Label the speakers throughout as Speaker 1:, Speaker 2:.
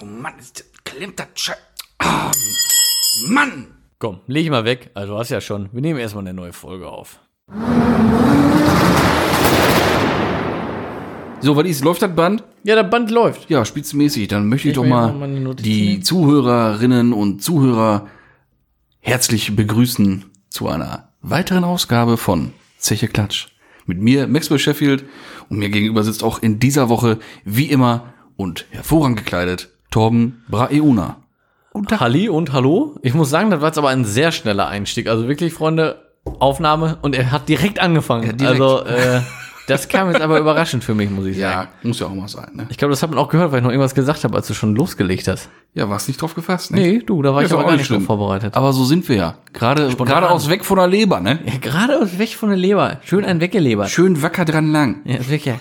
Speaker 1: Oh Mann, ist, klemmt das Scheiß. Ah, Mann!
Speaker 2: Komm, leg ich mal weg. Also du hast ja schon. Wir nehmen erstmal eine neue Folge auf.
Speaker 1: So, was ist? Läuft das Band?
Speaker 2: Ja, der Band läuft.
Speaker 1: Ja, spitzenmäßig. Dann möchte ich,
Speaker 2: Ich
Speaker 1: doch
Speaker 2: will
Speaker 1: mal,
Speaker 2: noch mal eine Notiz
Speaker 1: die
Speaker 2: nehmen.
Speaker 1: Zuhörerinnen und Zuhörer herzlich begrüßen zu einer weiteren Ausgabe von Zeche Klatsch. Mit mir, Maxwell Sheffield, und mir gegenüber sitzt auch in dieser Woche, wie immer und hervorragend gekleidet, Torben Braeuna.
Speaker 2: Halli und hallo. Ich muss sagen, das war jetzt aber ein sehr schneller Einstieg. Also wirklich, Freunde, Aufnahme und er hat direkt angefangen.
Speaker 1: direkt.
Speaker 2: Also äh, das kam jetzt aber überraschend für mich, muss ich sagen.
Speaker 1: Ja, muss ja auch mal sein, ne?
Speaker 2: Ich glaube, das hat man auch gehört, weil ich noch irgendwas gesagt habe, als du schon losgelegt hast.
Speaker 1: Ja, warst nicht drauf gefasst, ne?
Speaker 2: Nee, du, da war
Speaker 1: Ist
Speaker 2: ich aber
Speaker 1: auch
Speaker 2: gar
Speaker 1: nicht
Speaker 2: nicht drauf
Speaker 1: schlimm.
Speaker 2: vorbereitet.
Speaker 1: Aber so sind wir ja. Gerade, geradeaus weg von der Leber, ne?
Speaker 2: Ja, geradeaus weg von der Leber. Schön einen weggelebert.
Speaker 1: Schön wacker dran lang.
Speaker 2: Ja, sicher.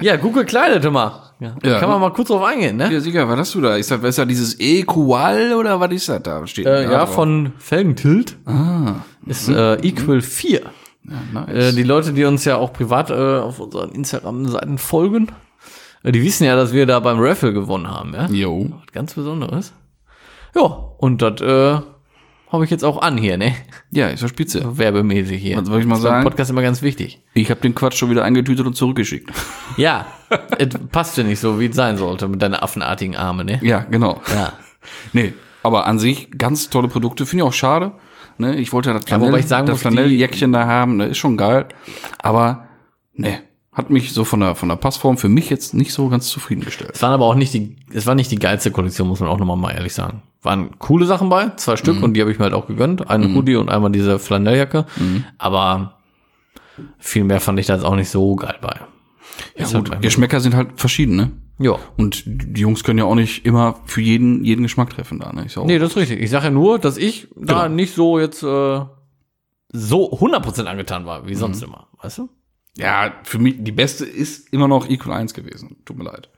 Speaker 2: ja, gut gekleidet immer. Ja.
Speaker 1: Ja.
Speaker 2: Kann man mal kurz drauf eingehen, ne?
Speaker 1: Ja, sicher, was hast du da? Ist das, ist das dieses Equal oder was ist das da? Steht
Speaker 2: Äh,
Speaker 1: da
Speaker 2: ja,
Speaker 1: drauf?
Speaker 2: von Felgentilt ist äh, Equal 4.
Speaker 1: Ah, mhm. Ja,
Speaker 2: Äh,
Speaker 1: nice.
Speaker 2: die Leute, die uns ja auch privat äh, auf unseren Instagram-Seiten folgen, äh, die wissen ja, dass wir da beim Raffle gewonnen haben, ja?
Speaker 1: Jo.
Speaker 2: Was ganz Besonderes. Ja, und das äh, habe ich jetzt auch an hier, ne?
Speaker 1: Ja, ist ja spitze.
Speaker 2: Werbemäßig hier.
Speaker 1: Was soll ich mal
Speaker 2: Das ist beim
Speaker 1: sagen?
Speaker 2: Podcast immer ganz wichtig.
Speaker 1: Ich habe den Quatsch schon wieder eingetütet und zurückgeschickt.
Speaker 2: Ja, es passt ja nicht so, wie es sein sollte mit deinen affenartigen Arme, ne?
Speaker 1: ja, genau.
Speaker 2: Ja.
Speaker 1: Nee, aber an sich ganz tolle Produkte. Finde ich auch schade. Ne, ich wollte ja das
Speaker 2: wobei
Speaker 1: Flanell,
Speaker 2: ich sagen
Speaker 1: das
Speaker 2: muss, die-
Speaker 1: Flanelljäckchen da haben. Ne, ist schon geil. Aber ne, hat mich so von der, von der Passform für mich jetzt nicht so ganz zufriedengestellt.
Speaker 2: Es waren aber auch nicht die, es war nicht die geilste Kollektion, muss man auch nochmal mal ehrlich sagen. Waren coole Sachen bei, zwei Stück und die habe ich mir halt auch gegönnt. Einen Hoodie und einmal diese Flanelljacke. Aber viel mehr fand ich da jetzt auch nicht so geil bei.
Speaker 1: Ja,
Speaker 2: Ist
Speaker 1: gut,
Speaker 2: halt mein-
Speaker 1: Geschmäcker sind halt verschieden, ne?
Speaker 2: ja.
Speaker 1: Und die Jungs können ja auch nicht immer für jeden, jeden Geschmack treffen da, ne? Ist ja auch
Speaker 2: Nee, das ist richtig. Ich sage ja nur, dass ich da
Speaker 1: Genau.
Speaker 2: nicht so jetzt äh, so 100% angetan war, wie sonst immer. Weißt du?
Speaker 1: Ja, für mich, die beste ist immer noch Equal 1 gewesen. Tut mir leid. Äh,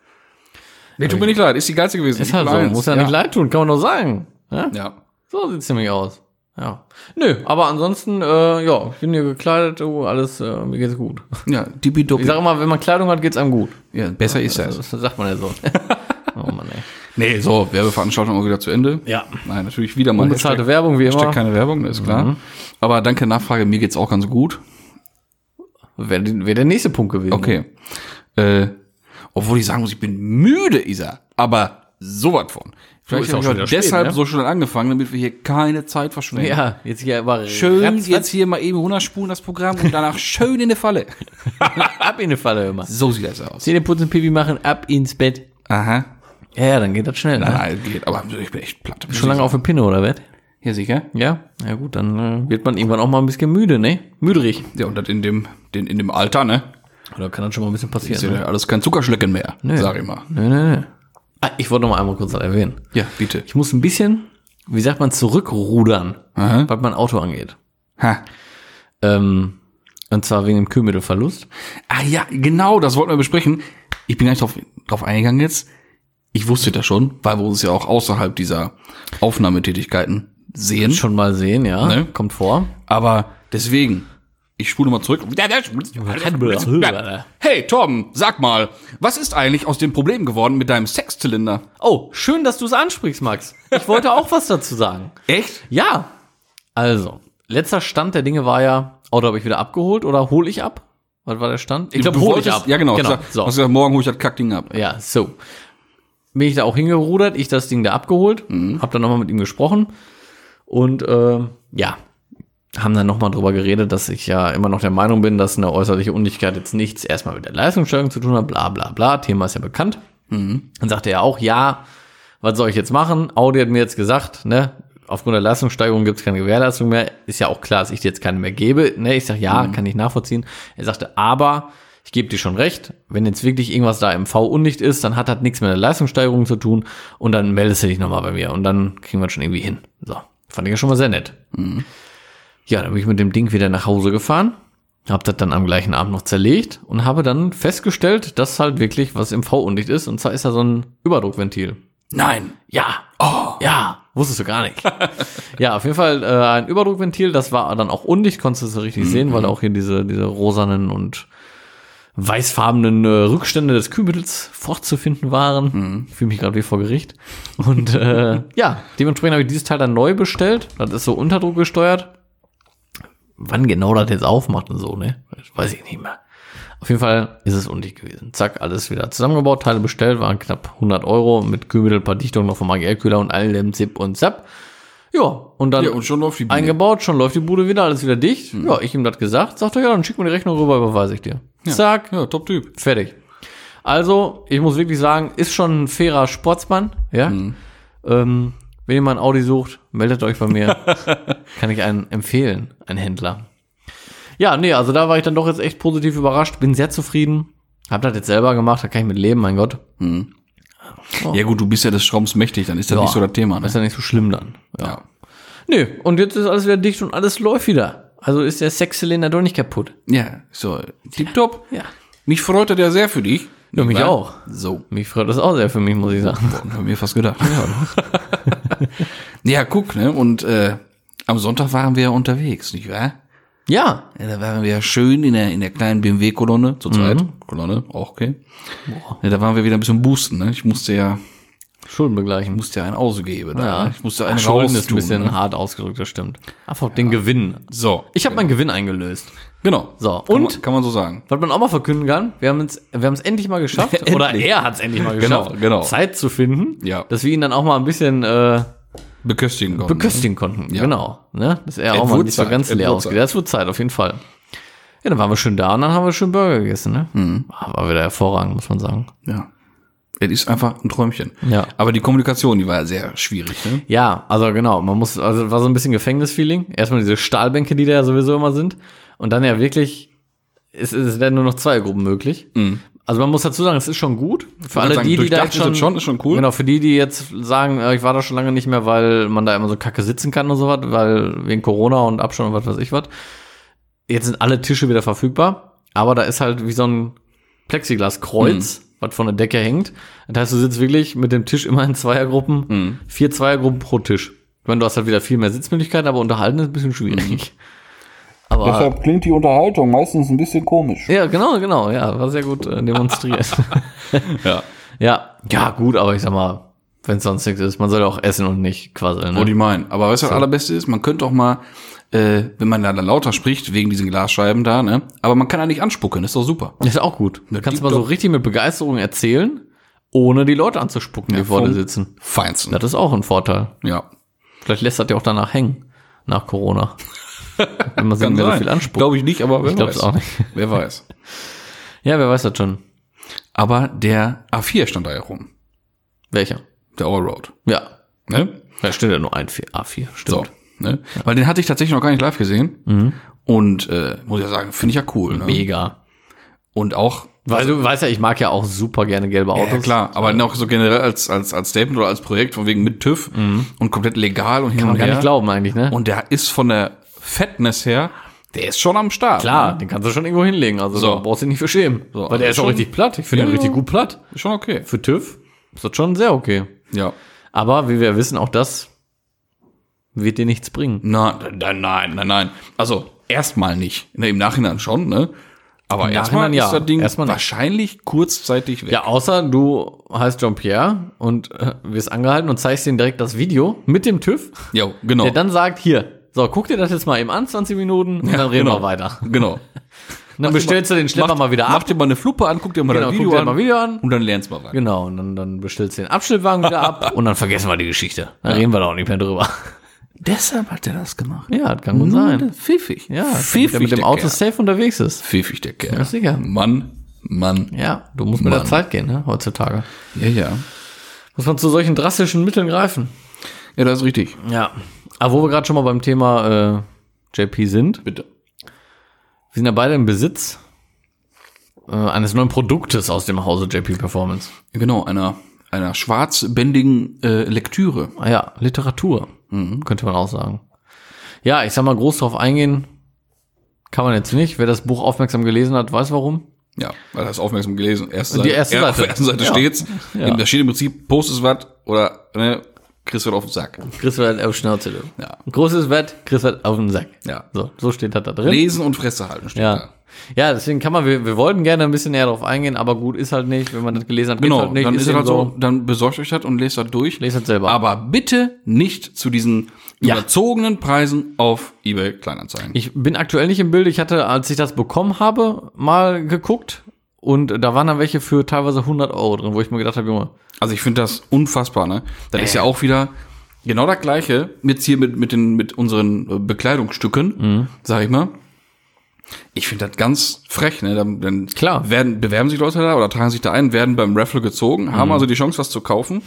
Speaker 1: Nee, tut mir nicht leid, ist die geilste gewesen.
Speaker 2: Ist halt so, muss ja, nicht leid tun, kann man nur sagen. Ja?
Speaker 1: Ja.
Speaker 2: So sieht's nämlich aus. Ja. Nö, aber ansonsten, äh, ja, ich bin hier gekleidet, oh, alles, äh, mir geht's gut.
Speaker 1: Ja,
Speaker 2: Ich
Speaker 1: tippidoppi.
Speaker 2: sag immer, wenn man Kleidung hat, geht's einem gut.
Speaker 1: Ja, besser ist das.
Speaker 2: Das sagt man ja so. oh Mann, ey.
Speaker 1: Nee, so, Werbeveranstaltung auch wieder zu Ende.
Speaker 2: Ja.
Speaker 1: Nein, natürlich wieder mal.
Speaker 2: Unbezahlte Werbung, Mhm. wie
Speaker 1: Hashtag
Speaker 2: immer.
Speaker 1: keine Werbung, ist klar. Aber danke Nachfrage, mir geht's auch ganz gut.
Speaker 2: Wäre wär der nächste Punkt gewesen.
Speaker 1: Okay. Äh, obwohl ich sagen muss, ich bin müde, Isa. Aber sowas von. Vielleicht
Speaker 2: ist
Speaker 1: habe
Speaker 2: auch
Speaker 1: ich
Speaker 2: schon
Speaker 1: heute
Speaker 2: wieder spät,
Speaker 1: deshalb
Speaker 2: ne?
Speaker 1: so schon angefangen, damit wir hier keine Zeit verschwenden.
Speaker 2: Ja, jetzt hier aber
Speaker 1: Schön
Speaker 2: ratz,
Speaker 1: jetzt hier mal eben runterspulen das Programm und danach schön in die Falle.
Speaker 2: ratz, ab in die Falle immer.
Speaker 1: So sieht das aus.
Speaker 2: Zähne putzen, Pipi machen, ab ins Bett.
Speaker 1: Aha.
Speaker 2: Ja, ja, dann geht das schnell. Ne?
Speaker 1: Nein, geht, aber ich bin echt platt.
Speaker 2: Schon lange auf der Pinne, oder was?
Speaker 1: Hier sicher?
Speaker 2: Ja, ja gut, dann äh, wird man irgendwann auch mal ein bisschen müde, ne? Müderig.
Speaker 1: Ja, und das in dem, den, in dem Alter, ne?
Speaker 2: Oder kann dann schon mal ein bisschen
Speaker 1: Ist
Speaker 2: passieren.
Speaker 1: ja
Speaker 2: Ne?
Speaker 1: alles kein Zuckerschlecken mehr, sag ich mal.
Speaker 2: Nö, nö, nö. Ah, ich wollte noch mal einmal kurz was erwähnen.
Speaker 1: Ja, bitte.
Speaker 2: Ich muss ein bisschen, wie sagt man, zurückrudern,
Speaker 1: Aha.
Speaker 2: was mein Auto angeht.
Speaker 1: Ha.
Speaker 2: Ähm, und zwar wegen dem Kühlmittelverlust.
Speaker 1: Ah ja, genau, das wollten wir besprechen. Ich bin gar nicht drauf, drauf eingegangen jetzt. Ich wusste das schon, weil wir uns ja auch außerhalb dieser Aufnahmetätigkeiten sehen.
Speaker 2: Schon mal sehen, ja.
Speaker 1: Ne?
Speaker 2: Kommt vor.
Speaker 1: Aber deswegen, ich spule mal zurück. Hey, Tom, sag mal, was ist eigentlich aus dem Problem geworden mit deinem Sexzylinder?
Speaker 2: Oh, schön, dass du es ansprichst, Max. Ich wollte auch was dazu sagen.
Speaker 1: Echt?
Speaker 2: Ja. Also, letzter Stand der Dinge war ja, Auto habe ich wieder abgeholt oder hole ich ab? Was war der Stand? Ich
Speaker 1: Du
Speaker 2: glaube, hole ich
Speaker 1: wolltest-
Speaker 2: ab.
Speaker 1: Ja, genau.
Speaker 2: genau.
Speaker 1: Sag,
Speaker 2: So.
Speaker 1: Hast gesagt, morgen hole ich das Kackding ab.
Speaker 2: Ja, so. Bin ich da auch hingerudert, ich das Ding da abgeholt, hab dann nochmal mit ihm gesprochen und äh, ja, haben dann nochmal drüber geredet, dass ich ja immer noch der Meinung bin, dass eine äußerliche Undichtigkeit jetzt nichts erstmal mit der Leistungssteigerung zu tun hat, bla bla bla, Thema ist ja bekannt. Dann sagte er auch, ja, was soll ich jetzt machen? Audi hat mir jetzt gesagt, ne, aufgrund der Leistungssteigerung gibt's keine Gewährleistung mehr. Ist ja auch klar, dass ich dir jetzt keine mehr gebe. Ne, ich sag ja, kann ich nachvollziehen. Er sagte, aber ich gebe dir schon recht, wenn jetzt wirklich irgendwas da im V undicht ist, dann hat das nichts mit der Leistungssteigerung zu tun und dann meldest du dich nochmal bei mir und dann kriegen wir das schon irgendwie hin. So, fand ich ja schon mal sehr nett. Ja, dann bin ich mit dem Ding wieder nach Hause gefahren, hab das dann am gleichen Abend noch zerlegt und habe dann festgestellt, dass halt wirklich was im V undicht ist und zwar ist da so ein Überdruckventil.
Speaker 1: Nein.
Speaker 2: Ja. Oh. Ja. Wusstest du gar nicht. ja, auf jeden Fall äh, ein Mhm. Überdruckventil. Das war dann auch undicht, konntest du es richtig sehen, weil auch hier diese, diese rosanen und weißfarbenen äh, Rückstände des Kühlmittels fortzufinden waren.
Speaker 1: Mhm.
Speaker 2: Ich fühle mich gerade wie vor Gericht. Und äh, ja, dementsprechend habe ich dieses Teil dann neu bestellt. Das ist so Unterdruck gesteuert. Wann genau das jetzt aufmacht und so, ne? Weiß ich nicht mehr. Auf jeden Fall ist es undicht gewesen. Zack, alles wieder zusammengebaut, Teile bestellt, waren knapp 100 Euro mit Kühlmittel, paar Dichtungen noch vom AGR-Kühler und allem Zip und Zap. Ja, und dann
Speaker 1: Ja, und schon läuft die Hm. Biene.
Speaker 2: eingebaut, schon läuft die Bude wieder, alles wieder dicht. Ja, ich ihm das gesagt, sagt er, ja, dann schick mir die Rechnung rüber, überweise ich dir. Zack,
Speaker 1: Ja, top Typ.
Speaker 2: fertig. Also, ich muss wirklich sagen, ist schon ein fairer Sportsmann, ja.
Speaker 1: Hm.
Speaker 2: Ähm, wenn ihr mal ein Audi sucht, meldet euch bei mir. Kann ich einen empfehlen, einen Händler. Ja, nee, also da war ich dann doch jetzt echt positiv überrascht, bin sehr zufrieden. Hab das jetzt selber gemacht, da kann ich mit leben, mein Gott.
Speaker 1: Ja gut, du bist ja des Schraubens mächtig, dann ist das
Speaker 2: Ja.
Speaker 1: nicht so das Thema.
Speaker 2: Ist
Speaker 1: Ne?
Speaker 2: ja nicht so schlimm dann. Ja.
Speaker 1: Ja.
Speaker 2: Nee, und jetzt ist alles wieder dicht und alles läuft wieder. Also ist der Sexzylinder doch nicht kaputt.
Speaker 1: ja, so, tipptopp.
Speaker 2: Ja.
Speaker 1: Mich freut das ja sehr für dich.
Speaker 2: Ja, mich
Speaker 1: Ja.
Speaker 2: auch.
Speaker 1: So,
Speaker 2: Mich freut das auch sehr für mich, muss ich sagen.
Speaker 1: boah, hab mir fast gedacht. Ja, ja guck, ne, und äh, am Sonntag waren wir ja unterwegs, nicht wahr?
Speaker 2: Ja.
Speaker 1: Ja, da waren wir ja schön in der, in der kleinen BMW-Kolonne,
Speaker 2: Mhm.
Speaker 1: zur Zeit. Kolonne, auch okay. Ja, da waren wir wieder ein bisschen boosten, ne? Ich musste ja,
Speaker 2: Schulden begleichen.
Speaker 1: musste ja einen ausgeben. da,
Speaker 2: Ja,
Speaker 1: ne? Ich musste einen
Speaker 2: Schulden ist ein
Speaker 1: raustun,
Speaker 2: bisschen
Speaker 1: ne?
Speaker 2: hart ausgedrückt, das stimmt. Einfach den Gewinn.
Speaker 1: So.
Speaker 2: Ich habe meinen Gewinn eingelöst.
Speaker 1: Genau.
Speaker 2: So,
Speaker 1: Kann
Speaker 2: und?
Speaker 1: Man, kann man so sagen.
Speaker 2: Was man auch mal verkünden kann, wir haben es wir haben es endlich mal geschafft, oder er hat es endlich mal
Speaker 1: Genau,
Speaker 2: geschafft,
Speaker 1: genau.
Speaker 2: Zeit zu finden,
Speaker 1: Ja.
Speaker 2: dass wir ihn dann auch mal ein bisschen äh,
Speaker 1: Beköstigen konnten.
Speaker 2: beköstigen konnten. Genau. Ne? Dass er auch
Speaker 1: Es
Speaker 2: mal
Speaker 1: wurde
Speaker 2: nicht so
Speaker 1: Zeit,
Speaker 2: ganz
Speaker 1: es
Speaker 2: leer
Speaker 1: wurde
Speaker 2: ausgeht. Das wird Zeit, auf jeden Fall. Ja, dann waren wir schön da und dann haben wir schön Burger gegessen. Ne? Ah, War wieder hervorragend, muss man sagen.
Speaker 1: Ja. Es ist einfach ein Träumchen.
Speaker 2: Ja.
Speaker 1: Aber die Kommunikation, die war ja sehr schwierig, ne?
Speaker 2: Ja, also genau, man muss, also war so ein bisschen Gefängnisfeeling. Erstmal diese Stahlbänke, die da ja sowieso immer sind. Und dann ja wirklich, es, es werden nur noch zwei Gruppen möglich. Also man muss dazu sagen, es ist schon gut. Für alle
Speaker 1: Mhm. sagen,
Speaker 2: die, die da
Speaker 1: durchdacht
Speaker 2: jetzt
Speaker 1: ist
Speaker 2: schon,
Speaker 1: es schon, ist schon cool.
Speaker 2: Genau, für die, die jetzt sagen, äh, ich war da schon lange nicht mehr, weil man da immer so kacke sitzen kann und so was, weil wegen Corona und Abstand und was weiß ich was. Jetzt sind alle Tische wieder verfügbar, aber da ist halt wie so ein Plexiglaskreuz,
Speaker 1: Mhm.
Speaker 2: was von der Decke hängt. Das heißt, du sitzt wirklich mit dem Tisch immer in Zweiergruppen, vier Zweiergruppen pro Tisch. Ich meine, du hast halt wieder viel mehr Sitzmöglichkeiten, aber unterhalten ist ein bisschen
Speaker 1: Mhm.
Speaker 2: schwierig. Aber
Speaker 1: klingt die Unterhaltung meistens ein bisschen komisch.
Speaker 2: ja, genau, genau, ja, war sehr gut äh, demonstriert.
Speaker 1: Ja.
Speaker 2: ja, ja, gut, aber ich sag mal, wenn sonst nichts ist, man soll ja auch essen und nicht quasseln.
Speaker 1: Wo Oh, die
Speaker 2: Ne?
Speaker 1: meinen. Aber weißt du, was das allerbeste ist? Man könnte auch mal, äh, wenn man da dann lauter spricht, wegen diesen Glasscheiben da, ne? Aber man kann da nicht anspucken, ist doch super.
Speaker 2: Ist auch gut. Du kannst
Speaker 1: die
Speaker 2: mal so
Speaker 1: doch.
Speaker 2: richtig mit Begeisterung erzählen, ohne die Leute anzuspucken, die vor dir
Speaker 1: vom-
Speaker 2: sitzen.
Speaker 1: Feinsten.
Speaker 2: Das ist auch ein Vorteil.
Speaker 1: Ja.
Speaker 2: Vielleicht lässt das ja auch danach hängen, nach Corona. wenn man sich nicht mehr so viel anspuckt.
Speaker 1: Glaube ich nicht, aber wer
Speaker 2: Ich glaub's
Speaker 1: weiß.
Speaker 2: auch nicht.
Speaker 1: Wer weiß.
Speaker 2: Ja, wer weiß das schon.
Speaker 1: Aber der A4 stand da ja rum.
Speaker 2: Welcher?
Speaker 1: Der Allroad.
Speaker 2: Ja.
Speaker 1: Ne?
Speaker 2: Da steht ja nur ein vier- A4, stimmt. Mhm.
Speaker 1: So. Ne? Weil den hatte ich tatsächlich noch gar nicht live gesehen. Und äh, muss ja sagen, finde ich ja cool. Ne?
Speaker 2: Mega.
Speaker 1: Und auch,
Speaker 2: Weil du weißt ja, ich mag ja auch super gerne gelbe Autos.
Speaker 1: ja klar, aber noch so generell als, als, als Statement oder als Projekt, von wegen mit TÜV und komplett legal und hin
Speaker 2: Mhm. Kann man
Speaker 1: und
Speaker 2: gar nicht
Speaker 1: her.
Speaker 2: glauben eigentlich, ne?
Speaker 1: Und der ist von der Fatness her, der ist schon am Start.
Speaker 2: klar, den kannst du schon irgendwo hinlegen. Also
Speaker 1: So.
Speaker 2: da brauchst du dich nicht für schämen. Weil der
Speaker 1: also
Speaker 2: ist auch
Speaker 1: schon-
Speaker 2: richtig platt. Ich finde
Speaker 1: Ja,
Speaker 2: den richtig
Speaker 1: ja.
Speaker 2: gut platt.
Speaker 1: Ist Schon okay.
Speaker 2: Für TÜV ist das schon sehr okay.
Speaker 1: Ja.
Speaker 2: Aber wie wir wissen, auch das wird dir nichts bringen.
Speaker 1: Na, nein, nein, nein, nein. Also erstmal nicht. Ne, Im Nachhinein schon, ne? Aber erstmal
Speaker 2: Nachhinein ja.
Speaker 1: ist das Ding
Speaker 2: Erstmal nicht.
Speaker 1: wahrscheinlich kurzzeitig weg.
Speaker 2: Ja, außer du heißt Jean-Pierre und äh, wirst angehalten und zeigst denen direkt das Video mit dem TÜV,
Speaker 1: Ja, genau.
Speaker 2: der dann sagt, hier, so, guck dir das jetzt mal eben an, 20 Minuten, und dann reden
Speaker 1: genau.
Speaker 2: wir weiter.
Speaker 1: genau.
Speaker 2: Und dann bestellst du den Schlepper mal wieder
Speaker 1: Mach
Speaker 2: ab.
Speaker 1: dir mal eine Fluppe an, guck dir mal
Speaker 2: Genau,
Speaker 1: das
Speaker 2: guck
Speaker 1: Video
Speaker 2: dir
Speaker 1: an
Speaker 2: mal Video an.
Speaker 1: und dann lernst mal was.
Speaker 2: Genau, und dann, dann bestellst du den Abschnittwagen wieder ab und dann vergessen wir die Geschichte. Dann reden wir da auch nicht mehr drüber.
Speaker 1: Deshalb hat er das gemacht.
Speaker 2: Ja, das kann gut sein.
Speaker 1: Pfiffig.
Speaker 2: Ja,
Speaker 1: pfiffig.
Speaker 2: Hm. der mit dem
Speaker 1: der
Speaker 2: Auto
Speaker 1: Kerl.
Speaker 2: safe unterwegs ist.
Speaker 1: Pfiffig der Kerl.
Speaker 2: Ja, sicher.
Speaker 1: Mann, Mann.
Speaker 2: Ja, du musst mit der
Speaker 1: Mann.
Speaker 2: Zeit gehen, ne, heutzutage.
Speaker 1: Ja, ja.
Speaker 2: Muss man zu solchen drastischen Mitteln greifen.
Speaker 1: Ja, das ist richtig.
Speaker 2: Ja. Aber wo wir gerade schon mal beim Thema äh, JP sind,
Speaker 1: Bitte.
Speaker 2: Wir sind ja beide im Besitz äh, eines neuen Produktes aus dem Hause JP Performance.
Speaker 1: Genau, einer, einer schwarzbändigen äh, Lektüre.
Speaker 2: Ah ja, Literatur,
Speaker 1: Mhm.
Speaker 2: könnte man auch sagen. Ja, ich sag mal, groß drauf eingehen kann man jetzt nicht. Wer das Buch aufmerksam gelesen hat, weiß warum.
Speaker 1: Ja, weil das aufmerksam gelesen. Erste
Speaker 2: Die erste
Speaker 1: ja, Auf der
Speaker 2: Seite.
Speaker 1: ersten Seite
Speaker 2: Ja.
Speaker 1: steht's.
Speaker 2: Ja.
Speaker 1: Im- Da steht im Prinzip, postest was oder ne, kriegst was auf den Sack.
Speaker 2: Chris wird auf Schnauze. du.
Speaker 1: Ja.
Speaker 2: Großes Wett, Chris wird auf den Sack.
Speaker 1: Ja.
Speaker 2: So, so steht das da drin.
Speaker 1: Lesen und Fresse halten steht
Speaker 2: Ja.
Speaker 1: da.
Speaker 2: Ja, deswegen kann man, wir, wir wollten gerne ein bisschen näher drauf eingehen, aber gut, ist halt nicht. Wenn man das gelesen hat, geht's
Speaker 1: Genau,
Speaker 2: halt nicht.
Speaker 1: dann ist es
Speaker 2: eben
Speaker 1: halt so, dann besorgt euch das und lest das durch.
Speaker 2: Lest das selber.
Speaker 1: Aber bitte nicht zu diesen
Speaker 2: Ja.
Speaker 1: überzogenen Preisen auf eBay Kleinanzeigen.
Speaker 2: Ich bin aktuell nicht im Bild. Ich hatte, als ich das bekommen habe, mal geguckt. Und da waren dann welche für teilweise 100 Euro drin, wo ich mir gedacht habe, Junge,
Speaker 1: Also ich finde das unfassbar, ne? Das ist ja auch wieder genau das gleiche jetzt hier mit mit den mit unseren äh, Bekleidungsstücken,
Speaker 2: Mhm.
Speaker 1: sag ich mal. Ich finde das ganz frech, ne? Dann, dann
Speaker 2: Klar.
Speaker 1: werden bewerben sich Leute da oder tragen sich da ein, werden beim Raffle gezogen,
Speaker 2: Mhm.
Speaker 1: haben also die Chance was zu kaufen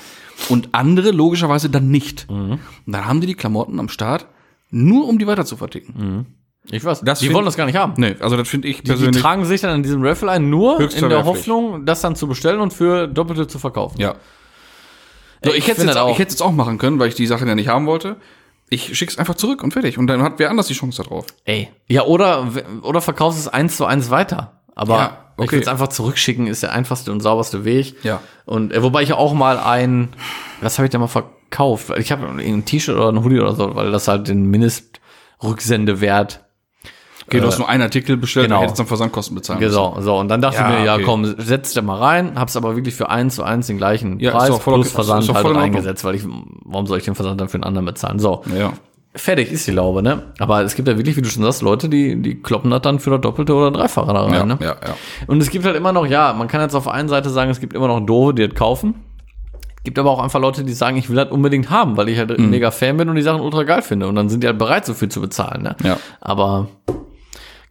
Speaker 1: und andere logischerweise dann nicht.
Speaker 2: Mhm.
Speaker 1: Und dann haben die die Klamotten am Start nur um die weiter zu verticken.
Speaker 2: ich weiß,
Speaker 1: Das
Speaker 2: die
Speaker 1: find-
Speaker 2: wollen das gar nicht haben.
Speaker 1: Nee, also das finde ich
Speaker 2: Die
Speaker 1: persönlich
Speaker 2: tragen sich dann an diesem Raffle ein, nur
Speaker 1: Höchst
Speaker 2: in der
Speaker 1: verwerflich.
Speaker 2: Hoffnung, das dann zu bestellen und für Doppelte zu verkaufen.
Speaker 1: Ja. So,
Speaker 2: ich
Speaker 1: ich hätte
Speaker 2: find
Speaker 1: es
Speaker 2: das auch.
Speaker 1: auch. jetzt auch machen können, weil ich die Sachen ja nicht haben wollte. Ich schick's einfach zurück und fertig. Und dann hat wer anders die Chance da drauf.
Speaker 2: Ey. Ja, oder, oder verkaufst es eins zu eins weiter. Aber
Speaker 1: Ja,
Speaker 2: ich
Speaker 1: okay.
Speaker 2: will es einfach zurückschicken, ist der einfachste und sauberste Weg.
Speaker 1: Ja.
Speaker 2: Und äh, wobei ich ja auch mal ein, was habe ich da mal verkauft? Ich habe ein T-Shirt oder ein Hoodie oder so, weil das halt den Mindestrücksendewert
Speaker 1: Okay, du hast nur einen Artikel bestellt,
Speaker 2: genau.
Speaker 1: Äh, genau. hättest dann Versandkosten bezahlen müssen.
Speaker 2: Genau, so. Und dann dachte
Speaker 1: Ja,
Speaker 2: ich mir, ja
Speaker 1: okay.
Speaker 2: komm, setz da mal rein, hab's aber wirklich für eins zu eins den gleichen
Speaker 1: Ja, ist
Speaker 2: Preis
Speaker 1: doch voll
Speaker 2: plus
Speaker 1: okay.
Speaker 2: Versand
Speaker 1: Ist doch
Speaker 2: halt
Speaker 1: voll in Ordnung.
Speaker 2: reingesetzt, weil ich, warum soll ich den Versand dann für einen anderen bezahlen? So,
Speaker 1: Ja.
Speaker 2: fertig ist die Laube, ne? Aber es gibt ja wirklich, wie du schon sagst, Leute, die, die kloppen das dann für das Doppelte oder Dreifache da rein,
Speaker 1: Ja,
Speaker 2: ne?
Speaker 1: ja, ja.
Speaker 2: Und es gibt halt immer noch, ja, man kann jetzt auf einer Seite sagen, es gibt immer noch Doofe, die das kaufen. Gibt aber auch einfach Leute, die sagen, ich will das unbedingt haben, weil ich halt
Speaker 1: Mhm.
Speaker 2: mega Fan bin und die Sachen ultra geil finde. Und dann sind die halt bereit, so viel zu bezahlen. Ne?
Speaker 1: Ja.
Speaker 2: Aber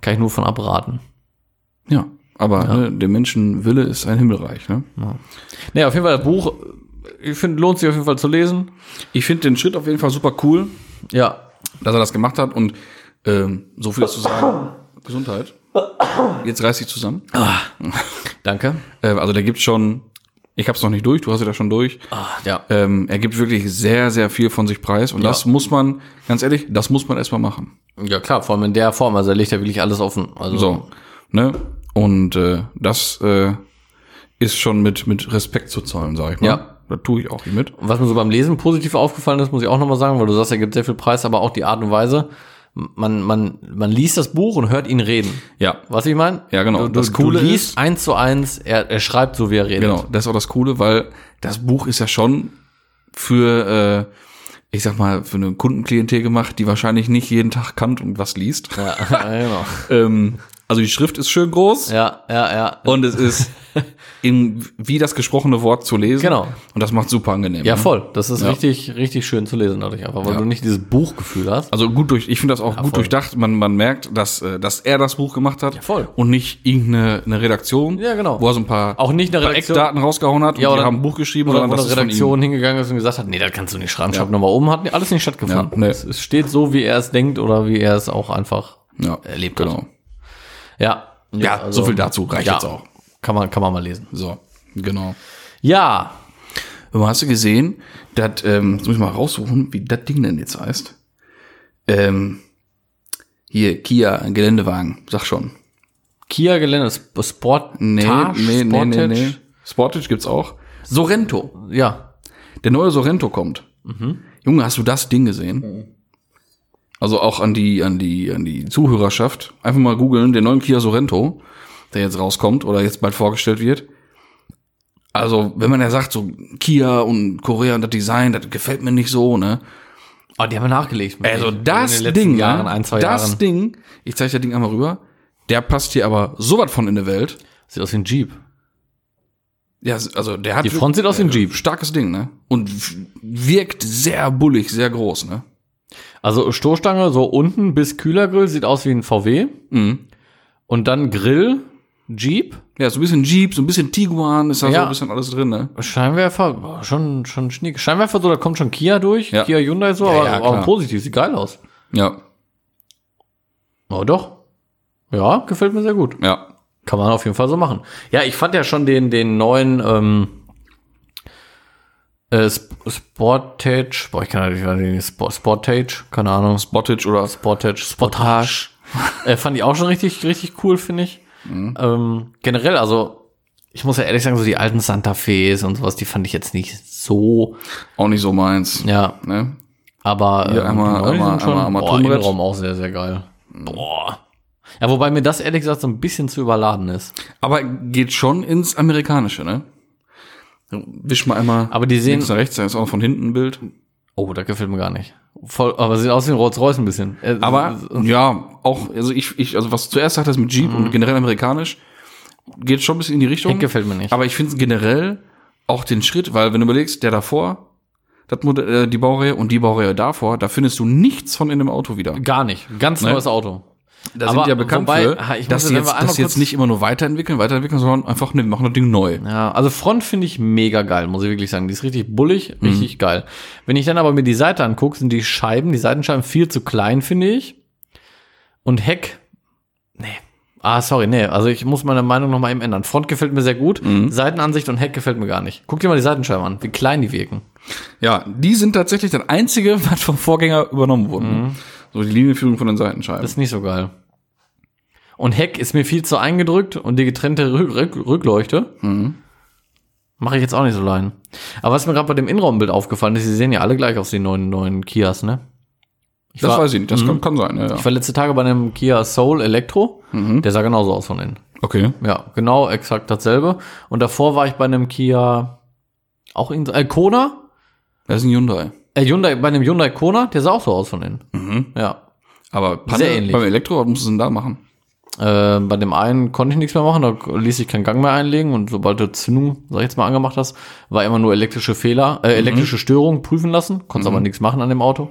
Speaker 2: kann ich nur von abraten.
Speaker 1: Ja. Aber Ne, der Menschenwille ist ein Himmelreich. Ne?
Speaker 2: Nee, auf jeden Fall das Buch, ich finde, lohnt sich auf jeden Fall zu lesen.
Speaker 1: Ich finde den Schritt auf jeden Fall super cool,
Speaker 2: Ja.
Speaker 1: dass er das gemacht hat. Und ähm, so viel zu sagen. Gesundheit. Jetzt reiß dich zusammen.
Speaker 2: Danke.
Speaker 1: Äh, also der gibt schon, ich hab's noch nicht durch, du hast ja da schon durch.
Speaker 2: ja.
Speaker 1: Ähm, er gibt wirklich sehr, sehr viel von sich preis. Und das muss man, ganz ehrlich, das muss man erstmal machen.
Speaker 2: Ja, klar, vor allem in der Form. Also er legt ja wirklich alles offen. Also
Speaker 1: So. Ne? Und äh, das äh, ist schon mit, mit Respekt zu zollen, sag ich mal.
Speaker 2: Ja.
Speaker 1: Da tue ich auch nicht mit.
Speaker 2: Was mir so beim Lesen positiv aufgefallen ist, muss ich auch nochmal sagen, weil du sagst, er gibt sehr viel Preis, aber auch die Art und Weise. Man, man, man liest das Buch und hört ihn reden.
Speaker 1: Ja.
Speaker 2: Was ich meine?
Speaker 1: Ja, genau.
Speaker 2: Du, du,
Speaker 1: Das Coole
Speaker 2: du liest
Speaker 1: ist-
Speaker 2: eins zu eins, er, er schreibt so, wie er redet.
Speaker 1: Genau, das ist auch das Coole, weil das Buch ist ja schon für, äh, ich sag mal, für eine Kundenklientel gemacht, die wahrscheinlich nicht jeden Tag kannt und was liest.
Speaker 2: Ja, ja, genau.
Speaker 1: Ähm, also die Schrift ist schön groß.
Speaker 2: ja, ja, ja.
Speaker 1: Und es ist in, wie das gesprochene Wort zu lesen.
Speaker 2: Genau.
Speaker 1: Und das macht super angenehm.
Speaker 2: Ja,
Speaker 1: ne?
Speaker 2: voll. Das ist
Speaker 1: Ja.
Speaker 2: richtig, richtig schön zu lesen dadurch einfach, weil
Speaker 1: Ja.
Speaker 2: du nicht dieses Buchgefühl hast.
Speaker 1: Also gut durch, ich finde das auch gut
Speaker 2: voll.
Speaker 1: durchdacht. Man, man merkt, dass, äh, dass er das Buch gemacht hat. Ja,
Speaker 2: voll.
Speaker 1: Und nicht irgendeine eine Redaktion.
Speaker 2: Ja, genau.
Speaker 1: Wo er so ein paar,
Speaker 2: Auch nicht eine
Speaker 1: paar
Speaker 2: Redaktion-
Speaker 1: Eckdaten rausgehauen hat.
Speaker 2: Ja,
Speaker 1: und
Speaker 2: oder-
Speaker 1: die haben ein Buch geschrieben,
Speaker 2: Oder
Speaker 1: das
Speaker 2: wo eine
Speaker 1: ist von ihm.
Speaker 2: Redaktion hingegangen ist und gesagt hat, nee, das kannst du nicht schreiben, schreib nochmal oben, hat alles nicht stattgefunden.
Speaker 1: Ja, nee.
Speaker 2: es, es steht so, wie er es denkt oder wie er es auch einfach
Speaker 1: Ja,
Speaker 2: erlebt hat.
Speaker 1: genau.
Speaker 2: Ja. Also,
Speaker 1: Ja, so viel dazu, reicht jetzt auch.
Speaker 2: Kann man, kann man mal lesen.
Speaker 1: So, genau.
Speaker 2: Ja.
Speaker 1: Aber hast du gesehen, dass, ähm, jetzt muss ich mal raussuchen, wie das Ding denn jetzt heißt. Ähm, hier, Kia, Geländewagen, sag schon.
Speaker 2: Kia Gelände, Sp- Sport,
Speaker 1: Nee,
Speaker 2: Tage,
Speaker 1: nee, nee, nee,
Speaker 2: Sportage.
Speaker 1: nee. Sportage gibt's auch. Sorrento.
Speaker 2: Ja.
Speaker 1: Der neue Sorrento kommt.
Speaker 2: Mhm.
Speaker 1: Junge, hast du das Ding gesehen? Also auch an die, an die, an die Zuhörerschaft. Einfach mal googeln, den neuen Kia Sorrento, der jetzt rauskommt oder jetzt bald vorgestellt wird. Also, wenn man ja sagt, so Kia und Korea und das Design, das gefällt mir nicht so, ne?
Speaker 2: Oh, die haben wir nachgelegt.
Speaker 1: Also
Speaker 2: In den
Speaker 1: das
Speaker 2: letzten
Speaker 1: Ding, ne?
Speaker 2: Jahren, ein, zwei
Speaker 1: das
Speaker 2: Jahren.
Speaker 1: Ding, ich zeige das Ding einmal rüber, der passt hier aber sowas von in der Welt.
Speaker 2: Sieht aus wie ein Jeep.
Speaker 1: Ja, also der hat
Speaker 2: Die Front sieht aus wie ein Jeep.
Speaker 1: starkes Ding, ne? Und wirkt sehr bullig, sehr groß, ne?
Speaker 2: Also Stoßstange so unten bis Kühlergrill sieht aus wie ein VW.
Speaker 1: Mhm.
Speaker 2: Und dann Grill, Jeep,
Speaker 1: Ja, so ein bisschen Jeep, so ein bisschen Tiguan, ist da so
Speaker 2: Ja.
Speaker 1: ein bisschen alles drin, ne?
Speaker 2: Scheinwerfer, boah, schon, schon schnick. Scheinwerfer so, da kommt schon Kia durch,
Speaker 1: Ja.
Speaker 2: Kia Hyundai so, aber,
Speaker 1: ja,
Speaker 2: aber
Speaker 1: klar.
Speaker 2: positiv, sieht geil aus.
Speaker 1: Ja,
Speaker 2: Aber doch. Ja, gefällt mir sehr gut.
Speaker 1: ja.
Speaker 2: Kann man auf jeden Fall so machen. Ja, ich fand ja schon den, den neuen ähm, äh, Sp- Sportage, boah, ich kann natürlich den Sp Sportage, keine Ahnung.
Speaker 1: Bottage oder
Speaker 2: Sportage, Sportage. äh, fand ich auch schon richtig, richtig cool, finde ich.
Speaker 1: Mhm.
Speaker 2: Ähm, generell, also ich muss ja ehrlich sagen, so die alten Santa Fe's und sowas, die fand ich jetzt nicht so,
Speaker 1: auch nicht so meins.
Speaker 2: ja,
Speaker 1: Ne?
Speaker 2: aber äh,
Speaker 1: Ja, einmal-
Speaker 2: die neuen
Speaker 1: einmal-
Speaker 2: sind schon,
Speaker 1: einmal- einmal
Speaker 2: boah,
Speaker 1: Turmbrett.
Speaker 2: Innenraum auch sehr, sehr geil. Boah. Ja, wobei mir das ehrlich gesagt so ein bisschen zu überladen ist.
Speaker 1: Aber geht schon ins Amerikanische, ne? Wisch mal einmal
Speaker 2: Aber die sehen,
Speaker 1: links nach rechts, da ist auch von hinten ein Bild.
Speaker 2: oh, das gefällt mir gar nicht. Voll, aber sieht aus wie ein Rolls-Royce ein bisschen. Äh,
Speaker 1: Aber ja, auch, also ich, ich, also was du zuerst sagtest mit Jeep
Speaker 2: Mhm.
Speaker 1: und generell amerikanisch, geht schon ein bisschen in die Richtung.
Speaker 2: das gefällt mir nicht.
Speaker 1: Aber ich finde generell auch den Schritt, weil wenn du überlegst, der davor, das Modell, äh, die Baureihe und die Baureihe davor, da findest du nichts von in dem Auto wieder.
Speaker 2: gar nicht. Ganz
Speaker 1: Ne?
Speaker 2: neues Auto.
Speaker 1: Da
Speaker 2: Aber
Speaker 1: sind die ja bekannt
Speaker 2: wobei, ha,
Speaker 1: für,
Speaker 2: ich
Speaker 1: dass
Speaker 2: muss
Speaker 1: sie
Speaker 2: jetzt
Speaker 1: jetzt,
Speaker 2: einfach einmal
Speaker 1: dass sie jetzt
Speaker 2: kurz-
Speaker 1: nicht immer nur weiterentwickeln, weiterentwickeln, sondern einfach, ne, wir machen das Ding neu.
Speaker 2: Ja, also Front finde ich mega geil, muss ich wirklich sagen. Die ist richtig bullig, richtig geil. Wenn ich dann aber mir die Seite angucke, sind die Scheiben, die Seitenscheiben viel zu klein, finde ich. Und Heck, nee. Ah, sorry, nee. Also ich muss meine Meinung nochmal eben ändern. Front gefällt mir sehr gut, Seitenansicht und Heck gefällt mir gar nicht. Guck dir mal die Seitenscheiben an, wie klein die wirken.
Speaker 1: Ja, die sind tatsächlich das einzige, was vom Vorgänger übernommen wurden. So die Linienführung von den Seitenscheiben.
Speaker 2: Mhm. Das ist nicht so geil. Und Heck ist mir viel zu eingedrückt und die getrennte Rück Rück Rückleuchte.
Speaker 1: Mhm.
Speaker 2: Mache ich jetzt auch nicht so leiden. Aber was mir gerade bei dem Innenraumbild aufgefallen ist, sie sehen ja alle gleich aus den neuen, neuen Kias, ne? Ich
Speaker 1: das
Speaker 2: war, Mhm.
Speaker 1: weiß ich nicht, das kann, kann sein, ja, Mhm. ja.
Speaker 2: Ich war letzte Tage bei einem Kia Soul Elektro. Der sah genauso aus von innen.
Speaker 1: Okay.
Speaker 2: Ja, genau, exakt dasselbe. Und davor war ich bei einem Kia auch in äh, Kona.
Speaker 1: Das ist ein Hyundai.
Speaker 2: Äh, Hyundai, bei einem Hyundai Kona, der sah auch so aus von innen.
Speaker 1: Mhm.
Speaker 2: Ja,
Speaker 1: Aber Panne,
Speaker 2: Sehr ähnlich.
Speaker 1: beim Elektro, was musst du denn da machen?
Speaker 2: Äh, bei dem einen konnte ich nichts mehr machen, da ließ ich keinen Gang mehr einlegen und sobald du Zündung, sag ich jetzt mal, angemacht hast, war immer nur elektrische Fehler,
Speaker 1: Mhm.
Speaker 2: äh, elektrische Störungen prüfen lassen, konntest aber nichts machen an dem Auto.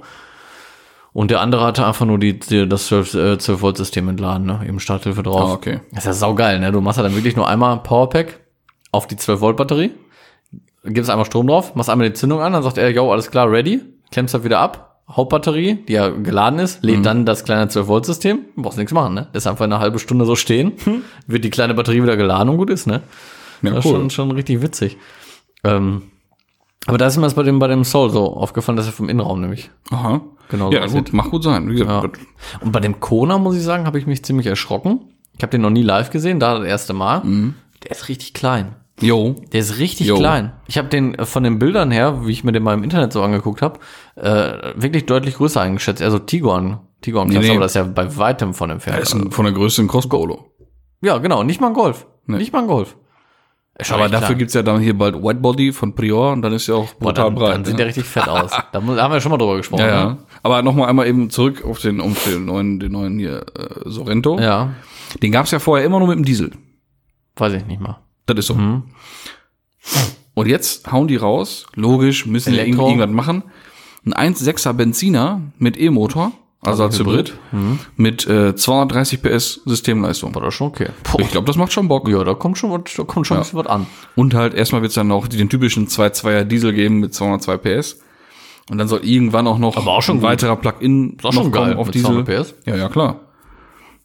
Speaker 2: Und der andere hatte einfach nur die, die, das 12, äh, 12 Volt System entladen, ne? Eben Starthilfe drauf.
Speaker 1: Ah, okay.
Speaker 2: Das ist ja saugeil, ne? Du machst ja dann wirklich nur einmal Powerpack auf die 12 Volt Batterie, gibst einmal Strom drauf, machst einmal die Zündung an, dann sagt er, yo, alles klar, ready, klemmst halt wieder ab, Hauptbatterie, die ja geladen ist, lädt dann das kleine 12-Volt-System, Du brauchst nichts machen, ne? Lässt einfach eine halbe Stunde so stehen, wird die kleine Batterie wieder geladen und gut ist, ne?
Speaker 1: Ja,
Speaker 2: Das ist schon, schon richtig witzig. Ähm, aber da ist mir das bei dem, bei dem Soul so aufgefallen, dass er vom Innenraum nämlich.
Speaker 1: Aha.
Speaker 2: Genau so
Speaker 1: ja,
Speaker 2: aussieht.
Speaker 1: gut, mach gut sein. Wie gesagt, das-
Speaker 2: Und bei dem Kona, muss ich sagen, habe ich mich ziemlich erschrocken. Ich habe den noch nie live gesehen, da das erste Mal. Der ist richtig klein.
Speaker 1: Jo.
Speaker 2: Der ist richtig
Speaker 1: Jo.
Speaker 2: klein. Ich habe den äh, von den Bildern her, wie ich mir den mal im Internet so angeguckt habe, äh, wirklich deutlich größer eingeschätzt. Also Tiguan. Tiguan nee,
Speaker 1: Nee, nee.
Speaker 2: aber das ist ja bei weitem von entfernt.
Speaker 1: Der ist ein, von der Größe ein Cross-Polo.
Speaker 2: ja, genau. Nicht mal ein Golf. Nicht mal ein Golf. Ist schon
Speaker 1: Aber
Speaker 2: echt
Speaker 1: dafür
Speaker 2: klein.
Speaker 1: gibt's ja dann hier bald Whitebody von Prior und dann ist ja auch
Speaker 2: Boah,
Speaker 1: brutal
Speaker 2: dann,
Speaker 1: breit.
Speaker 2: dann sieht
Speaker 1: ne?
Speaker 2: der richtig fett aus. Da mu- da haben wir schon mal drüber gesprochen. ne?
Speaker 1: ja, ja. Aber nochmal einmal eben zurück auf den, auf den neuen, den neuen hier, äh, Sorrento.
Speaker 2: ne? ja.
Speaker 1: Den gab's ja vorher immer nur mit dem Diesel.
Speaker 2: Weiß ich nicht mal.
Speaker 1: Das ist so.
Speaker 2: Mhm.
Speaker 1: Und jetzt hauen die raus. Logisch, müssen die
Speaker 2: Elektro.
Speaker 1: irgend- irgendwas machen. Ein 1,6er Benziner mit E-Motor, also als Hybrid,
Speaker 2: Mhm.
Speaker 1: mit äh, 230 PS Systemleistung.
Speaker 2: War das schon okay.
Speaker 1: Ich glaube, das macht schon Bock.
Speaker 2: Ja, da kommt schon, was- da kommt schon ein bisschen was an.
Speaker 1: Und halt erstmal wird's dann noch den typischen 2,2er Diesel geben mit 202 PS. Und dann soll irgendwann auch noch
Speaker 2: auch schon
Speaker 1: ein
Speaker 2: gut.
Speaker 1: weiterer Plug-in
Speaker 2: auch schon geil
Speaker 1: auf
Speaker 2: mit
Speaker 1: Diesel.
Speaker 2: 200 PS.
Speaker 1: Ja, ja, klar.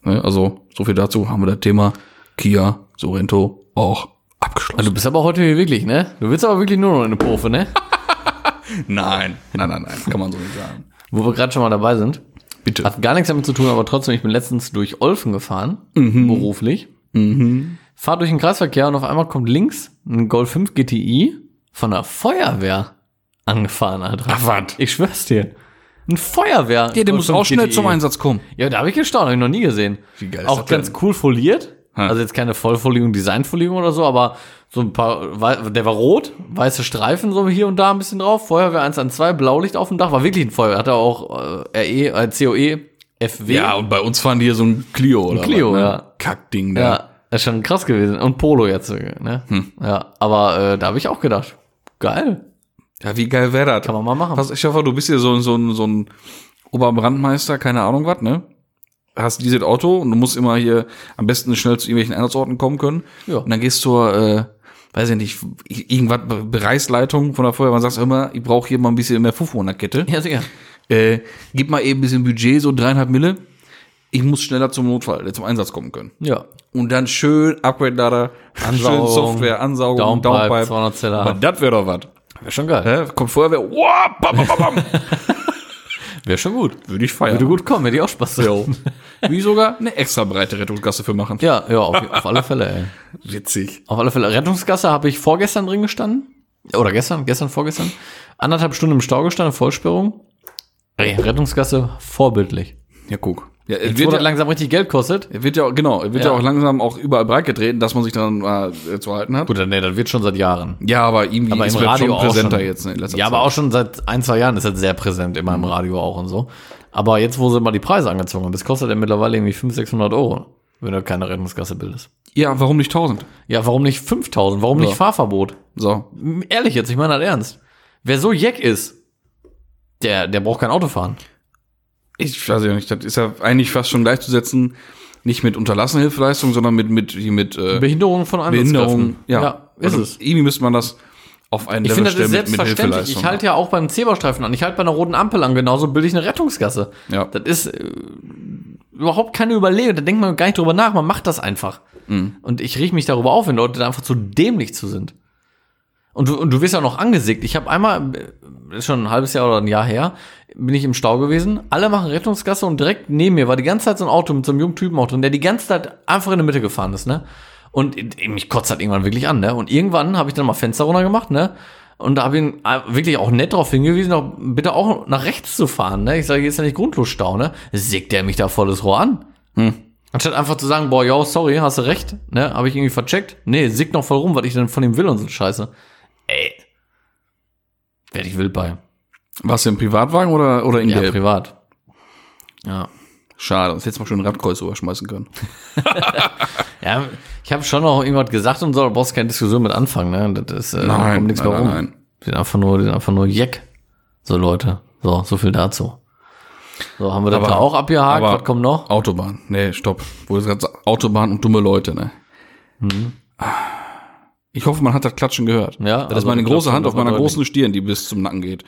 Speaker 1: Ne, also, so viel dazu haben wir das Thema Kia Sorento auch abgeschlossen.
Speaker 2: Also Du bist aber heute hier wirklich, ne? Du willst aber wirklich nur noch eine Profe, ne?
Speaker 1: Nein, nein, nein, nein, kann man so nicht sagen.
Speaker 2: Wo wir gerade schon mal dabei sind.
Speaker 1: Bitte.
Speaker 2: Hat gar nichts damit zu tun, aber trotzdem, ich bin letztens durch Olfen gefahren,
Speaker 1: Mhm.
Speaker 2: beruflich. Fahr durch den Kreisverkehr und auf einmal kommt links ein Golf 5 GTI von der Feuerwehr angefahren, Alter.
Speaker 1: Ach, was?
Speaker 2: Ich schwör's dir. Ein Feuerwehr.
Speaker 1: Ja, der muss auch schnell zum E.
Speaker 2: Einsatz.
Speaker 1: Einsatz kommen.
Speaker 2: Ja, da habe ich gestaunt, habe ich noch nie gesehen.
Speaker 1: Wie geil ist
Speaker 2: Auch
Speaker 1: das denn?
Speaker 2: ganz cool foliert.
Speaker 1: Ha.
Speaker 2: Also jetzt keine Vollfolierung, Designfolierung oder so, aber so ein paar, wei- der war rot, weiße Streifen so hier und da ein bisschen drauf, Feuerwehr 1 an 2, Blaulicht auf dem Dach, war wirklich ein Feuerwehr, hatte auch äh, RE, äh, COE, FW.
Speaker 1: Ja, und bei uns fahren die hier so ein Clio oder
Speaker 2: Clio,
Speaker 1: was, ne?
Speaker 2: ja.
Speaker 1: Kackding da.
Speaker 2: ja. Ist schon krass gewesen. Und Polo jetzt, ne?
Speaker 1: Hm.
Speaker 2: Ja, aber äh, da habe ich auch gedacht, geil,
Speaker 1: Ja, wie geil wäre das?
Speaker 2: kann man mal machen.
Speaker 1: Pass, ich hoffe, du bist hier so, ein- so, ein- so ein Oberbrandmeister, keine Ahnung was, ne? Hast dieses Auto und du musst immer hier am besten schnell zu irgendwelchen Einsatzorten kommen können.
Speaker 2: Ja.
Speaker 1: Und dann gehst du zur, äh, weiß ich nicht, irgendwas, Bereichsleitung von der Feuerwehr und sagst immer, ich brauche hier mal ein bisschen mehr Fufu in der Kette.
Speaker 2: Ja, sicher.
Speaker 1: Äh, gib mal eben ein bisschen Budget, so dreieinhalb Mille. Ich muss schneller zum Notfall, äh, zum Einsatz kommen können.
Speaker 2: Ja.
Speaker 1: Und dann schön Upgrade-Data, schön
Speaker 2: Ansaugung,
Speaker 1: Software, Ansaugung,
Speaker 2: Downpipe, 200 Zeller.
Speaker 1: Aber das wäre doch was.
Speaker 2: Wäre schon geil.
Speaker 1: Hä? Kommt Feuerwehr, wow, bam, bam, bam, bam.
Speaker 2: Wäre schon gut.
Speaker 1: Würde ich feiern.
Speaker 2: Würde gut kommen, hätte ich auch Spaß. Jo.
Speaker 1: Wie sogar eine extra breite Rettungsgasse für machen.
Speaker 2: Ja, ja, auf, auf alle Fälle, ey.
Speaker 1: Witzig.
Speaker 2: Auf alle Fälle. Rettungsgasse habe ich vorgestern drin gestanden. Oder gestern, gestern, vorgestern. Anderthalb Stunden im Stau gestanden, Vollsperrung. Ey, Rettungsgasse vorbildlich.
Speaker 1: Ja, guck. Ja, er
Speaker 2: Jetzt, wo
Speaker 1: wird
Speaker 2: das
Speaker 1: ja,
Speaker 2: langsam richtig Geld kostet.
Speaker 1: er wird ja auch, genau, er wird ja.
Speaker 2: Ja.
Speaker 1: auch langsam auch überall breitgetreten, dass man sich dann äh, zu halten hat.
Speaker 2: Gut, nee, das wird schon seit Jahren.
Speaker 1: Ja, aber irgendwie
Speaker 2: Aber
Speaker 1: ist
Speaker 2: im
Speaker 1: er
Speaker 2: Radio auch
Speaker 1: präsenter
Speaker 2: schon.
Speaker 1: jetzt. ne, In letzter
Speaker 2: Ja, aber auch schon seit ein, zwei Jahren ist das sehr präsent, immer
Speaker 1: Mhm.
Speaker 2: im Radio auch und so. Aber jetzt, wo sie mal die Preise angezogen haben, das kostet ja mittlerweile irgendwie 500, 600 Euro, wenn du keine Rettungsgasse bildest.
Speaker 1: ja, warum nicht 1000?
Speaker 2: Ja, warum nicht 5000? Warum
Speaker 1: Ja.
Speaker 2: nicht Fahrverbot?
Speaker 1: So.
Speaker 2: M- Ehrlich jetzt, ich meine das ernst. Wer so jeck ist, der, der braucht kein Auto fahren.
Speaker 1: Ich weiß ja nicht, das ist ja eigentlich fast schon gleichzusetzen, nicht mit unterlassene Hilfeleistung, sondern mit, mit, hier mit äh,
Speaker 2: Behinderung von
Speaker 1: Behinderung.
Speaker 2: Einsatzkräften. Ja, ist
Speaker 1: also,
Speaker 2: es.
Speaker 1: Irgendwie müsste man das auf einen
Speaker 2: Ich
Speaker 1: Level
Speaker 2: finde, das ist
Speaker 1: stellen mit, mit
Speaker 2: selbstverständlich.
Speaker 1: Hilfeleistung.
Speaker 2: Ich halte ja auch beim Zebrastreifen an. Ich halte bei einer roten Ampel an. Genauso bilde ich eine Rettungsgasse.
Speaker 1: Ja.
Speaker 2: Das ist äh, überhaupt keine Überlegung. Da denkt man gar nicht drüber nach. Man macht das einfach.
Speaker 1: Mhm.
Speaker 2: Und ich rieche mich darüber auf, wenn Leute da einfach zu dämlich zu sind. Und du, und du wirst ja noch angesägt. Ich habe einmal, äh, das ist schon ein halbes Jahr oder ein Jahr her, bin ich im Stau gewesen. Alle machen Rettungsgasse und direkt neben mir war die ganze Zeit so ein Auto mit so einem jungen Typen auch drin, der die ganze Zeit einfach in der Mitte gefahren ist, ne? Und äh, mich kotzt halt irgendwann wirklich an, ne? Und irgendwann habe ich dann mal Fenster runter gemacht, ne? Und da habe ich ihn äh, wirklich auch nett darauf hingewiesen, auch bitte auch nach rechts zu fahren, ne? Ich sage, jetzt ja nicht grundlos Stau, ne? Sägt der mich da volles Rohr an. Hm. Anstatt einfach zu sagen, boah, ja, sorry, hast du recht, ne? Habe ich irgendwie vercheckt? Nee, sick noch voll rum, was ich denn von ihm will und so Scheiße. Ey. Werd ich wild bei.
Speaker 1: Was im Privatwagen oder, oder in
Speaker 2: Ja,
Speaker 1: Gelb?
Speaker 2: privat. Ja.
Speaker 1: Schade, sonst hätte mal schön ein Radkreuz überschmeißen können.
Speaker 2: Ja, ich habe schon noch irgendwas gesagt und so, da brauchst du keine Diskussion mit anfangen, ne? Das ist, äh, da kommt nichts mehr rum. Die sind einfach nur, die sind einfach nur Jeck. So Leute. So, so viel dazu. So, haben wir das
Speaker 1: Aber-
Speaker 2: da auch abgehakt?
Speaker 1: aber-
Speaker 2: was kommt noch?
Speaker 1: Autobahn. Nee, stopp. Wo ist gerade Autobahn und dumme Leute, ne? Ich hoffe, man hat das Klatschen gehört.
Speaker 2: Mhm. Ja,
Speaker 1: Das ist
Speaker 2: also
Speaker 1: meine
Speaker 2: das
Speaker 1: große
Speaker 2: Klatschen
Speaker 1: Hand auf
Speaker 2: das war
Speaker 1: meiner
Speaker 2: deutlich.
Speaker 1: großen Stirn, die bis zum Nacken geht.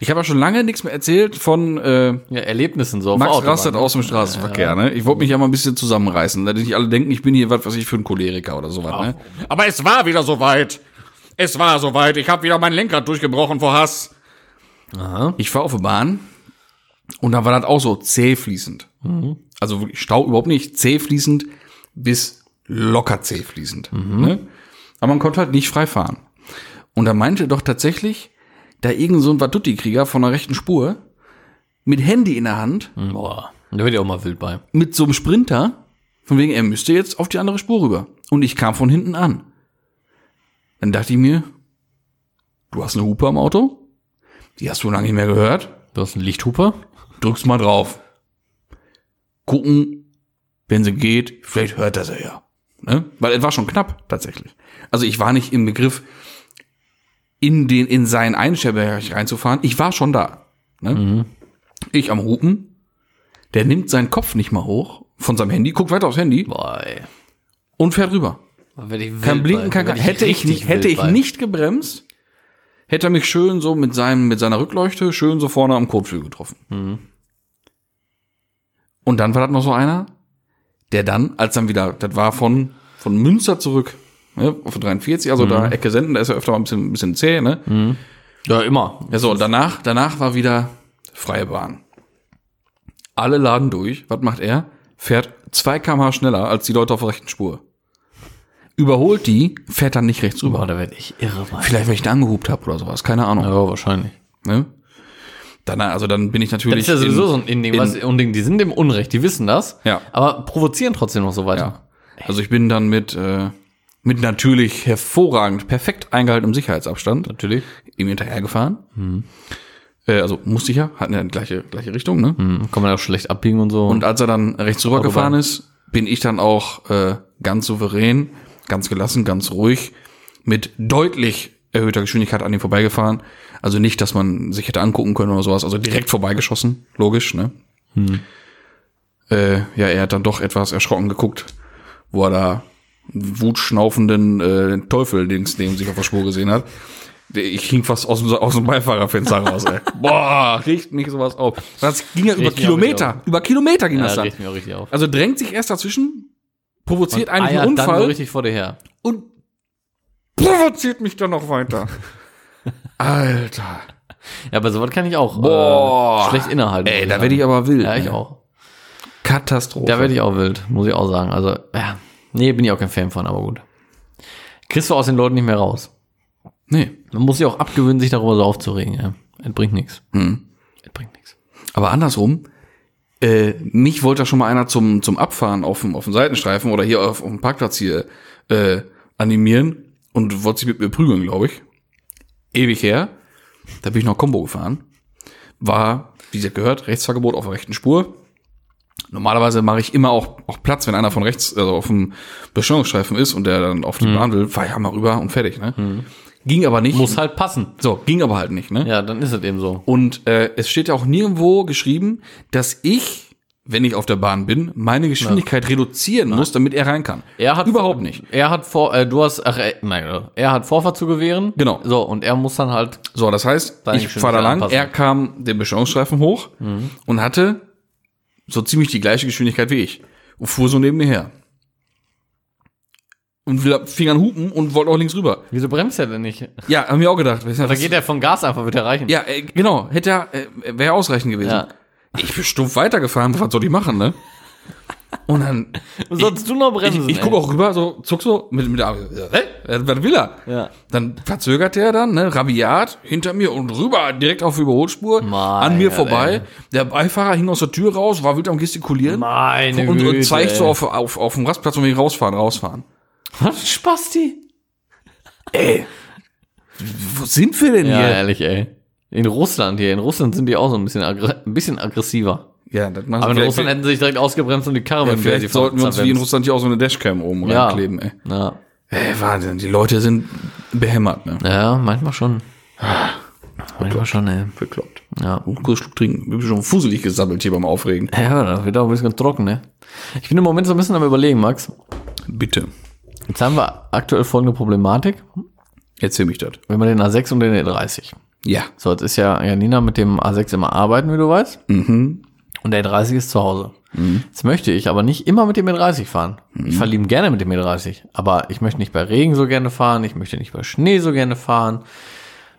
Speaker 1: ich habe ja schon lange nichts mehr erzählt von äh,
Speaker 2: Ja, Erlebnissen so. auf
Speaker 1: Max
Speaker 2: Autobahn,
Speaker 1: Rastet
Speaker 2: ne?
Speaker 1: aus dem Straßenverkehr. Ne? Ich wollte mich ja mal ein bisschen zusammenreißen, damit nicht alle denken, ich bin hier was weiß ich für ein Choleriker oder sowas. Ne?
Speaker 3: Aber es war wieder soweit. Es war soweit. Ich habe wieder mein Lenkrad durchgebrochen vor Hass.
Speaker 1: Ich war auf der Bahn und da war das auch so zäh fließend. Also wirklich Stau überhaupt nicht zäh fließend bis locker zäh fließend. Ne? Aber man konnte halt nicht frei fahren. Und da meinte doch tatsächlich da irgend so ein Vatutti-Krieger von der rechten Spur mit Handy in der Hand,
Speaker 2: Boah, da wird ja auch mal wild bei.
Speaker 1: mit so einem Sprinter, von wegen, er müsste jetzt auf die andere Spur rüber. Und ich kam von hinten an. Dann dachte ich mir, du hast eine Hupe am Auto? Die hast du lange nicht mehr gehört?
Speaker 2: Du hast einen Lichthupe?
Speaker 1: drückst mal drauf. Gucken, wenn sie geht, vielleicht hört er sie ja. Ne? Weil es war schon knapp, tatsächlich. Also ich war nicht im Begriff, in den, in seinen Einstellbereich reinzufahren. Ich war schon da. Ne? Ich am Hupen. Der nimmt seinen Kopf nicht mal hoch von seinem Handy, guckt weiter aufs Handy
Speaker 2: Boah, ey.
Speaker 1: und fährt rüber.
Speaker 2: Werd ich wild
Speaker 1: Kein Blinken,
Speaker 2: bei.
Speaker 1: kein,
Speaker 2: Werd
Speaker 1: hätte ich
Speaker 2: richtig
Speaker 1: nicht, hätte
Speaker 2: wild
Speaker 1: ich
Speaker 2: bei.
Speaker 1: nicht gebremst, hätte er mich schön so mit seinem, mit seiner Rückleuchte schön so vorne am Kotflügel getroffen. Und dann war das noch so einer, der dann, als dann wieder, das war von, von Münster zurück, ne, auf 43, also da Ecke Senden, da ist ja öfter mal ein bisschen, ein bisschen zäh, ne?
Speaker 2: Ja, immer.
Speaker 1: Ja, so, und danach, danach war wieder freie Bahn. Alle laden durch. Was macht er? Fährt 2 kmh schneller als die Leute auf der rechten Spur. Überholt die, fährt dann nicht rechts rüber.
Speaker 2: Boah, da werd ich irre bei.
Speaker 1: Vielleicht, weil ich ihn angehupt habe oder sowas. Keine Ahnung.
Speaker 2: Ja, wahrscheinlich.
Speaker 1: Ne? Dann, also dann bin ich
Speaker 2: Das
Speaker 1: natürlich.
Speaker 2: ist ja sowieso
Speaker 1: in-
Speaker 2: so ein Inding,
Speaker 1: in-
Speaker 2: was, Unding. Die sind im Unrecht, die wissen das.
Speaker 1: Ja.
Speaker 2: Aber provozieren trotzdem noch so weiter.
Speaker 1: Ja. Also ich bin dann mit, äh, mit natürlich hervorragend, perfekt eingehaltenem Sicherheitsabstand.
Speaker 2: Natürlich.
Speaker 1: Ihm hinterhergefahren.
Speaker 2: Mhm.
Speaker 1: Äh, also musste ich ja, hatten ja die gleiche, gleiche Richtung, ne?
Speaker 2: Hm, Kann man ja auch schlecht abbiegen und so.
Speaker 1: Und als er dann rechts rübergefahren
Speaker 2: Autobahn.
Speaker 1: ist, bin ich dann auch äh, ganz souverän, ganz gelassen, ganz ruhig, mit deutlich erhöhter Geschwindigkeit an ihm vorbeigefahren. Also nicht, dass man sich hätte angucken können oder sowas, also direkt vorbeigeschossen, logisch, ne?
Speaker 2: Hm.
Speaker 1: Äh, ja, er hat dann doch etwas erschrocken geguckt, wo er da einen wutschnaufenden äh, Teufel links neben sich auf der Spur gesehen hat. Ich hing fast aus dem, aus dem Beifahrerfenster raus, ey. Boah, riecht mich sowas auf. Das ging ja über
Speaker 2: Riecht mich auch
Speaker 1: Kilometer. Über Kilometer ging
Speaker 2: ja,
Speaker 1: das
Speaker 2: das
Speaker 1: dann.
Speaker 2: riecht mir auch richtig auf.
Speaker 1: Also drängt sich erst dazwischen, provoziert
Speaker 2: Ah
Speaker 1: eigentlich
Speaker 2: ja,
Speaker 1: einen
Speaker 2: Dann so
Speaker 1: Unfall
Speaker 2: richtig vor dir her.
Speaker 1: und provoziert mich dann noch weiter. Alter.
Speaker 2: Ja, aber sowas kann ich auch
Speaker 1: Boah.
Speaker 2: Äh, schlecht innehalten.
Speaker 1: Ey,
Speaker 2: muss
Speaker 1: da
Speaker 2: sagen.
Speaker 1: werde ich aber wild.
Speaker 2: Ja, ich
Speaker 1: ne?
Speaker 2: auch.
Speaker 1: Katastrophe.
Speaker 2: Da werde ich auch wild, muss ich auch sagen. Also, ja. Nee, bin ich auch kein Fan von, aber gut. Kriegst du aus den Leuten nicht mehr raus.
Speaker 1: nee.
Speaker 2: Man muss sich auch abgewöhnen, sich darüber so aufzuregen. Ja. Es bringt nichts.
Speaker 1: Hm.
Speaker 2: Es bringt nichts.
Speaker 1: Aber andersrum, äh, mich wollte da schon mal einer zum, zum Abfahren auf dem, auf dem Seitenstreifen oder hier auf, auf dem Parkplatz hier äh, animieren und wollte sich mit mir prügeln, glaube ich. Ewig her. Da bin ich noch Combo gefahren. War, wie gesagt, gehört, Rechtsvergebot auf der rechten Spur. Normalerweise mache ich immer auch, auch Platz, wenn einer von rechts, also auf dem Beschleunigungsstreifen ist und der dann auf die Bahn will, fahr ich einmal rüber und fertig, ne? Ging aber nicht.
Speaker 2: Muss halt passen.
Speaker 1: so, ging aber halt nicht, ne?
Speaker 2: Ja, dann ist es eben so.
Speaker 1: Und äh, es steht ja auch nirgendwo geschrieben, dass ich, wenn ich auf der Bahn bin, meine Geschwindigkeit reduzieren muss, damit er rein kann.
Speaker 2: Er hat
Speaker 1: überhaupt nicht.
Speaker 2: Er hat vor, äh, du hast, ach, äh, nein, äh, er hat Vorfahrt zu gewähren.
Speaker 1: Genau.
Speaker 2: So und er muss dann halt
Speaker 1: So, das heißt,
Speaker 2: Deine
Speaker 1: ich fahre da
Speaker 2: Geschwindigkeit
Speaker 1: lang,
Speaker 2: anpassen.
Speaker 1: er kam den Beschleunigungsstreifen hoch
Speaker 2: Mhm.
Speaker 1: und hatte so ziemlich die gleiche Geschwindigkeit wie ich und fuhr so neben mir her. Und will- fing an hupen und wollte auch links rüber.
Speaker 2: Wieso bremst er denn nicht?
Speaker 1: Ja, haben wir auch gedacht. Da
Speaker 2: Da geht er von Gas einfach wieder reichen.
Speaker 1: Ja, äh, genau, hätte er, äh, wäre ausreichend gewesen.
Speaker 2: Ja.
Speaker 1: Ich bin stumpf weitergefahren, was soll ich machen, ne? Und dann
Speaker 2: Sollst du noch bremsen?
Speaker 1: Ich, ich gucke auch rüber, so zuck so mit, mit der Arme. Hä? Was will er?
Speaker 2: Ja.
Speaker 1: Dann verzögert er dann, ne, rabiat, hinter mir und rüber, direkt auf die Überholspur,
Speaker 2: Mein
Speaker 1: an mir
Speaker 2: Gott,
Speaker 1: vorbei.
Speaker 2: ey.
Speaker 1: Der Beifahrer hing aus der Tür raus, war wild am Gestikulieren
Speaker 2: Meine
Speaker 1: und,
Speaker 2: Güte.
Speaker 1: und zeigt so
Speaker 2: ey.
Speaker 1: auf, auf, auf dem Rastplatz und will rausfahren, rausfahren.
Speaker 2: Was ein Spasti?
Speaker 1: Wo sind wir denn
Speaker 2: Ja,
Speaker 1: hier?
Speaker 2: ehrlich, ey. In Russland hier, in Russland sind die auch so ein bisschen, aggre ein bisschen aggressiver.
Speaker 1: Ja, das machen
Speaker 2: Aber in
Speaker 1: vielleicht-
Speaker 2: Russland hätten sie sich direkt ausgebremst und die Karre
Speaker 1: ja,
Speaker 2: mit der sie
Speaker 1: vielleicht sollten wir uns wie in
Speaker 2: zerwemst.
Speaker 1: Russland hier auch so eine Dashcam oben
Speaker 2: Ja.
Speaker 1: reinkleben, ey.
Speaker 2: Ja.
Speaker 1: Ey, Wahnsinn, die Leute sind behämmert, ne?
Speaker 2: ja, manchmal schon. manchmal schon, ey.
Speaker 1: Bekloppt.
Speaker 2: Ja.
Speaker 1: Gut, kurz Schluck trinken. Wir sind schon fuselig gesammelt hier beim Aufregen.
Speaker 2: Ja, das wird auch ein bisschen trocken, ne? Ich bin im Moment so ein bisschen am überlegen, Max.
Speaker 1: Bitte,
Speaker 2: Jetzt haben wir aktuell folgende Problematik.
Speaker 1: erzähl mich das.
Speaker 2: Wenn man den A6 und den E30.
Speaker 1: Ja.
Speaker 2: So, jetzt ist ja Janina mit dem A6 immer arbeiten, wie du weißt. Und der E30 ist zu Hause. Jetzt möchte ich aber nicht immer mit dem E30 fahren. Ich fahre lieben gerne mit dem E30. Aber ich möchte nicht bei Regen so gerne fahren. Ich möchte nicht bei Schnee so gerne fahren.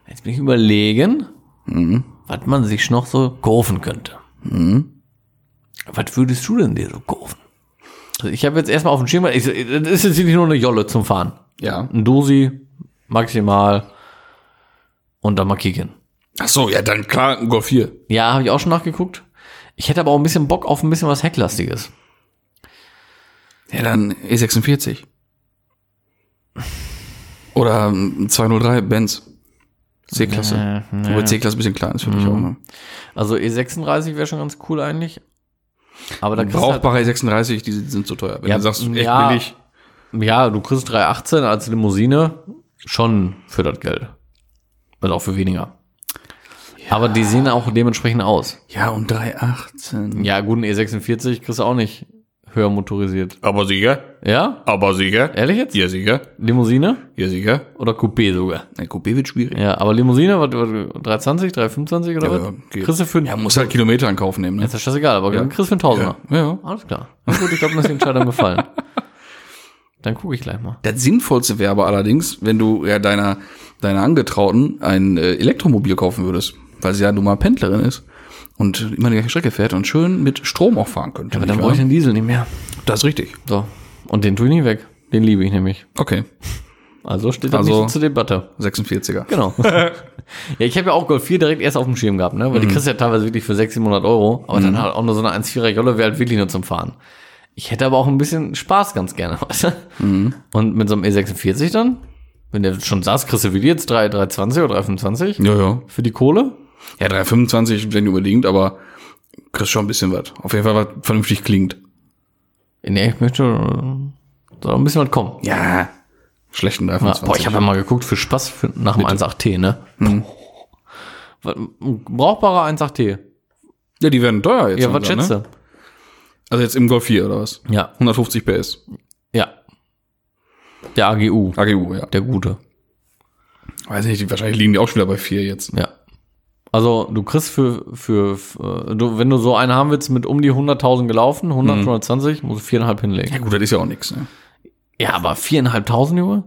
Speaker 2: Jetzt bin ich überlegen, was man sich noch so kaufen könnte. Was würdest du denn dir so kaufen? Also ich habe jetzt erstmal auf dem Schirm, ich, das ist jetzt nicht nur eine Jolle zum Fahren.
Speaker 1: Ja.
Speaker 2: Ein Dosi, maximal. Und dann mal kicken.
Speaker 1: Ach so, ja, dann klar, ein Golf 4.
Speaker 2: Ja, habe ich auch schon nachgeguckt. Ich hätte aber auch ein bisschen Bock auf ein bisschen was Hecklastiges.
Speaker 1: Ja, dann E E46. Oder ähm, 203 Benz. C-Klasse. Wobei C-Klasse ein bisschen klein ist für mich auch. Ne?
Speaker 2: Also E36 wäre schon ganz cool eigentlich. Aber da kriegst du halt,
Speaker 1: Brauchbare E36, die sind so teuer. Wenn
Speaker 2: Ja,
Speaker 1: du sagst, echt
Speaker 2: ja.
Speaker 1: billig.
Speaker 2: ja, du kriegst 318 als Limousine schon für das Geld. Also auch für weniger. Aber die sehen auch dementsprechend aus.
Speaker 1: Ja, und 318.
Speaker 2: Ja, gut, ein E46 kriegst du auch nicht höher motorisiert.
Speaker 3: Aber sicher,
Speaker 2: Ja?
Speaker 3: aber sicher.
Speaker 2: Ehrlich jetzt?
Speaker 3: Ja, sicher,
Speaker 2: Limousine
Speaker 3: ja, sicher.
Speaker 2: oder Coupé sogar?
Speaker 1: Ein Coupé wird schwierig.
Speaker 2: Ja, aber Limousine, was, was 320, 325 oder was?
Speaker 1: geht.
Speaker 2: Kriegst du für
Speaker 1: Ja, muss also. halt Kilometer in Kauf nehmen. Ne?
Speaker 2: Ist ja scheißegal, aber dann kriegst du einen Tausender.
Speaker 1: Ja.
Speaker 2: Alles klar. Na gut, ich glaube, mir ist die Entscheidung gefallen. Dann gucke ich gleich mal.
Speaker 1: Das sinnvollste wäre aber allerdings, wenn du ja deiner, deiner Angetrauten ein äh, Elektromobil kaufen würdest, weil sie ja nun mal Pendlerin ist und immer die gleiche Strecke fährt und schön mit Strom auch fahren könnte.
Speaker 2: Aber
Speaker 1: nicht
Speaker 2: dann brauche ich
Speaker 1: wahr?
Speaker 2: den Diesel nicht mehr.
Speaker 1: das ist richtig.
Speaker 2: So. Und den tue ich nicht weg. Den liebe ich nämlich.
Speaker 1: Okay,
Speaker 2: Also steht das
Speaker 1: Also-
Speaker 2: nicht zur Debatte.
Speaker 1: 46er.
Speaker 2: Genau. ja, ich habe ja auch Golf 4 direkt erst auf dem Schirm gehabt, ne? Weil die kriegst du ja teilweise wirklich für 600, 700 Euro. Aber dann halt auch nur so eine 1,4er Jolle wäre halt wirklich nur zum Fahren. Ich hätte aber auch ein bisschen Spaß ganz gerne, weißt du? Und mit so einem E46 dann, wenn der schon saß, kriegst du wie die jetzt 3, 320 oder 325
Speaker 1: Ja, ja.
Speaker 2: für die Kohle.
Speaker 1: Ja, 325, wenn unbedingt, aber kriegst schon ein bisschen was. Auf jeden Fall, was vernünftig klingt.
Speaker 2: Nee, ich möchte. äh, Soll ein bisschen was kommen.
Speaker 1: Ja. Schlechten
Speaker 2: Ja,
Speaker 1: 325.
Speaker 2: boah, ich habe ja mal geguckt für Spaß für, nach dem 1.8T, ne? Was- ein Brauchbarer 1.8T.
Speaker 1: ja, die werden teuer jetzt.
Speaker 2: Ja, was
Speaker 1: langsam,
Speaker 2: schätzt
Speaker 1: ne?
Speaker 2: du?
Speaker 1: Also jetzt im Golf 4 oder was?
Speaker 2: Ja,
Speaker 1: 150 PS.
Speaker 2: ja. Der AGU,
Speaker 1: AGU, ja.
Speaker 2: der gute.
Speaker 1: Weiß nicht, die- wahrscheinlich liegen die auch schon wieder bei 4 jetzt.
Speaker 2: Ja. Also, du kriegst für, für, für du, wenn du so einen haben willst mit um die 100.000 gelaufen, 100, 120, musst du viereinhalb hinlegen.
Speaker 1: Ja gut, das ist ja auch nichts. Ne?
Speaker 2: Ja, aber viereinhalbtausend, Junge?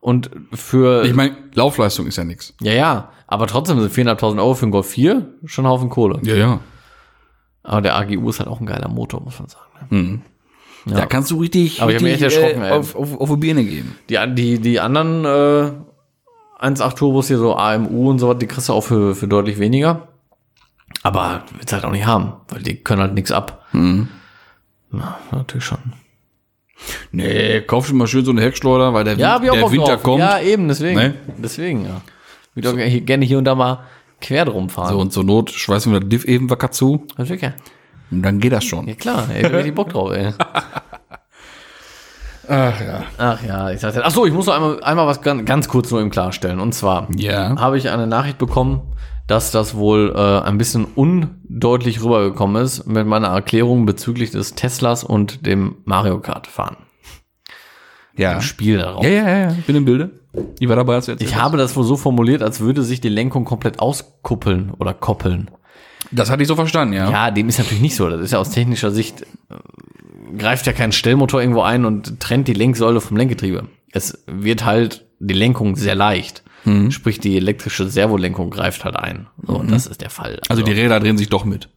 Speaker 2: Und für,
Speaker 1: Ich meine, Laufleistung ist ja nichts.
Speaker 2: ja, ja, aber trotzdem sind viereinhalbtausend Euro für einen Golf 4 schon ein Haufen Kohle.
Speaker 1: Ja, ja.
Speaker 2: Aber der AGU ist halt auch ein geiler Motor, muss man sagen. ne?
Speaker 1: Da kannst du richtig,
Speaker 2: Aber ich hab mich
Speaker 1: richtig
Speaker 2: echt erschrocken,
Speaker 1: äh,
Speaker 2: ey.
Speaker 1: auf, auf, auf die Birne geben.
Speaker 2: Die, an- die, die anderen äh, 1.8 Turbos hier, so AMU und so was, die kriegst du auch für, für deutlich weniger. Aber willst halt auch nicht haben, weil die können halt nichts ab. Na, natürlich schon.
Speaker 1: Nee, kauf schon mal schön so einen Heckschleuder, weil der,
Speaker 2: Ja,
Speaker 1: Win-
Speaker 2: wie auch
Speaker 1: der
Speaker 2: auf
Speaker 1: Winter kommt.
Speaker 2: Ja, eben, deswegen.
Speaker 1: Ne?
Speaker 2: Deswegen, ja. Ich würde auch gerne- gerne hier und da mal quer drum fahren.
Speaker 1: So, und zur Not schweißen wir das Diff eben wacker zu
Speaker 2: Natürlich, ja.
Speaker 1: und dann geht das schon.
Speaker 2: Ja klar, ey, da hab ich Bock drauf, ey. Ach ja. Ach ja, ich sagte. Ach so, ich muss noch einmal, einmal was ganz, ganz kurz nur eben klarstellen. Und zwar
Speaker 1: Ja.
Speaker 2: habe ich eine Nachricht bekommen, dass das wohl äh, ein bisschen undeutlich rübergekommen ist mit meiner Erklärung bezüglich des Teslas und dem Mario Kart fahren.
Speaker 1: Ja.
Speaker 2: Spiel darauf.
Speaker 1: Ja, ja, ja, ja. Ich bin im Bilde. Ich war dabei, als du erzählt
Speaker 2: Ich habe das wohl so formuliert, als würde sich die Lenkung komplett auskuppeln oder koppeln.
Speaker 1: hast. Das hatte ich so verstanden, ja.
Speaker 2: Ja, dem ist natürlich nicht so. Das ist ja aus technischer Sicht, äh, greift ja kein Stellmotor irgendwo ein und trennt die Lenksäule vom Lenkgetriebe. Es wird halt die Lenkung sehr leicht.
Speaker 1: Mhm.
Speaker 2: Sprich, die elektrische Servolenkung greift halt ein. So, und das ist der Fall.
Speaker 1: Also die Räder drehen sich doch mit.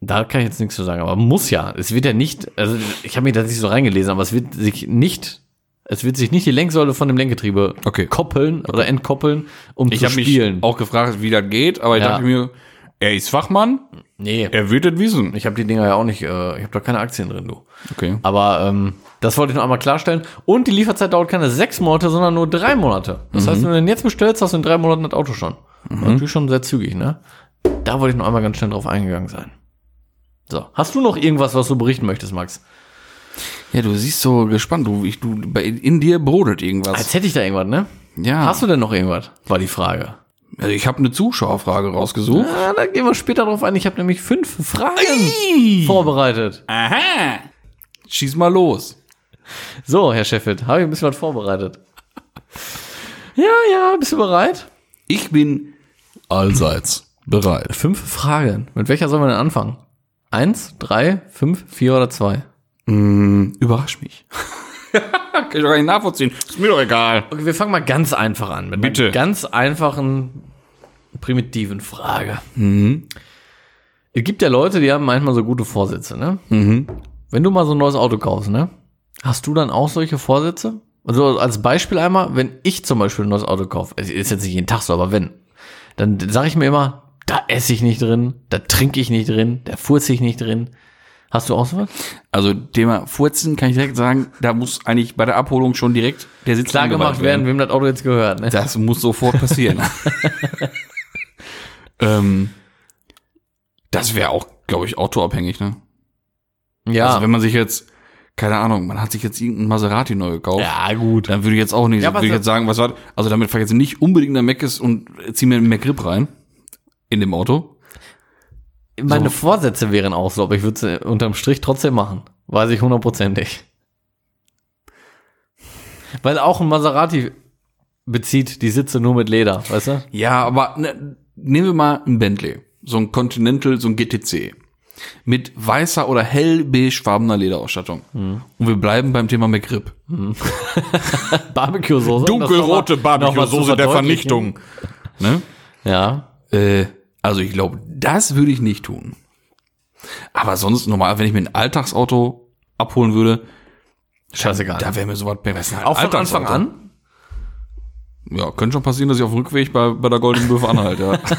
Speaker 2: da kann ich jetzt nichts zu sagen, aber muss ja. Es wird ja nicht, also ich habe mir das nicht so reingelesen, aber es wird sich nicht, es wird sich nicht die Lenksäule von dem Lenkgetriebe
Speaker 1: Okay.
Speaker 2: koppeln oder entkoppeln, um
Speaker 1: Ich
Speaker 2: zu
Speaker 1: habe
Speaker 2: spielen.
Speaker 1: mich auch gefragt, wie das geht, aber ich
Speaker 2: Ja.
Speaker 1: dachte mir, er ist Fachmann,
Speaker 2: nee,
Speaker 1: er wird das wissen.
Speaker 2: ich habe die Dinger ja auch nicht, äh, ich habe da keine Aktien drin, du.
Speaker 1: Okay.
Speaker 2: Aber ähm, das wollte ich noch einmal klarstellen. Und die Lieferzeit dauert keine sechs Monate, sondern nur drei Monate. Das heißt, wenn du den jetzt bestellst, hast du in drei Monaten das Auto schon. Natürlich schon sehr zügig, ne? Da wollte ich noch einmal ganz schnell drauf eingegangen sein. So, hast du noch irgendwas, was du berichten möchtest, Max?
Speaker 1: Ja, du siehst so gespannt, du, ich, du, bei, in dir brodelt irgendwas.
Speaker 2: Als hätte ich da irgendwas, ne?
Speaker 1: Ja.
Speaker 2: Hast du denn noch irgendwas? War die Frage.
Speaker 1: Also ich habe eine Zuschauerfrage rausgesucht.
Speaker 2: Ah, da gehen wir später drauf ein. Ich habe nämlich fünf Fragen vorbereitet.
Speaker 1: Aha. Schieß mal los.
Speaker 2: So, Herr Scheffelt, habe ich ein bisschen was vorbereitet. Ja, ja, bist du bereit?
Speaker 1: Ich bin allseits bereit.
Speaker 2: Fünf Fragen. Mit welcher sollen wir denn anfangen? Eins, drei, fünf, vier oder zwei?
Speaker 1: Überrasch mich. Kann ich doch gar nicht nachvollziehen.
Speaker 3: Ist mir doch egal.
Speaker 2: Okay, wir fangen mal ganz einfach an. Mit
Speaker 3: Bitte.
Speaker 2: einer ganz einfachen, primitiven Frage.
Speaker 3: Mhm.
Speaker 2: Es gibt ja Leute, die haben manchmal so gute Vorsätze, ne?
Speaker 1: Mhm.
Speaker 2: Wenn du mal so ein neues Auto kaufst, ne? Hast du dann auch solche Vorsätze? Also als Beispiel einmal, wenn ich zum Beispiel ein neues Auto kaufe, es ist jetzt nicht jeden Tag so, aber wenn, dann sage ich mir immer, da esse ich nicht drin, da trinke ich nicht drin, da furze ich nicht drin. Hast du auch sowas?
Speaker 1: Also Thema Furzen kann ich direkt sagen, da muss eigentlich bei der Abholung schon direkt der Sitz
Speaker 2: klar
Speaker 1: angeweiht
Speaker 2: gemacht werden, wem das Auto jetzt gehört. Ne?
Speaker 1: Das muss sofort passieren. ähm, das wäre auch, glaube ich, autoabhängig, ne?
Speaker 2: Ja.
Speaker 1: Also wenn man sich jetzt, keine Ahnung, man hat sich jetzt irgendeinen Maserati neu gekauft.
Speaker 2: ja, gut.
Speaker 1: Dann würde ich jetzt auch nicht,
Speaker 2: Ja,
Speaker 1: würde ich
Speaker 2: was-
Speaker 1: jetzt sagen, was war, also damit fahre ich jetzt nicht unbedingt nach Meckes und zieh mir einen McRib rein. In dem Auto.
Speaker 2: Meine Vorsätze wären auch so, aber ich würde es unterm Strich trotzdem machen. Weiß ich hundertprozentig. Weil auch ein Maserati bezieht die Sitze nur mit Leder, weißt du?
Speaker 1: Ja, aber ne, nehmen wir mal ein Bentley, so ein Continental, so ein GTC mit weißer oder hellbeigefarbener Lederausstattung. Und wir bleiben beim Thema McRib.
Speaker 2: Barbecue-Soße. um das
Speaker 3: Dunkelrote
Speaker 2: noch mal- noch mal zu
Speaker 3: Barbecue-Soße der
Speaker 2: verdeutlichen.
Speaker 3: Vernichtung.
Speaker 1: Ne?
Speaker 2: Ja.
Speaker 1: Äh, also ich glaube, das würde ich nicht tun. Aber sonst normal, wenn ich mir ein Alltagsauto abholen würde,
Speaker 2: Scheißegal.
Speaker 1: da wäre mir sowas besser.
Speaker 2: auch von Anfang an?
Speaker 1: Ja, könnte schon passieren, dass ich auf dem Rückweg bei, bei der Goldenen Möwe anhalte. Ja.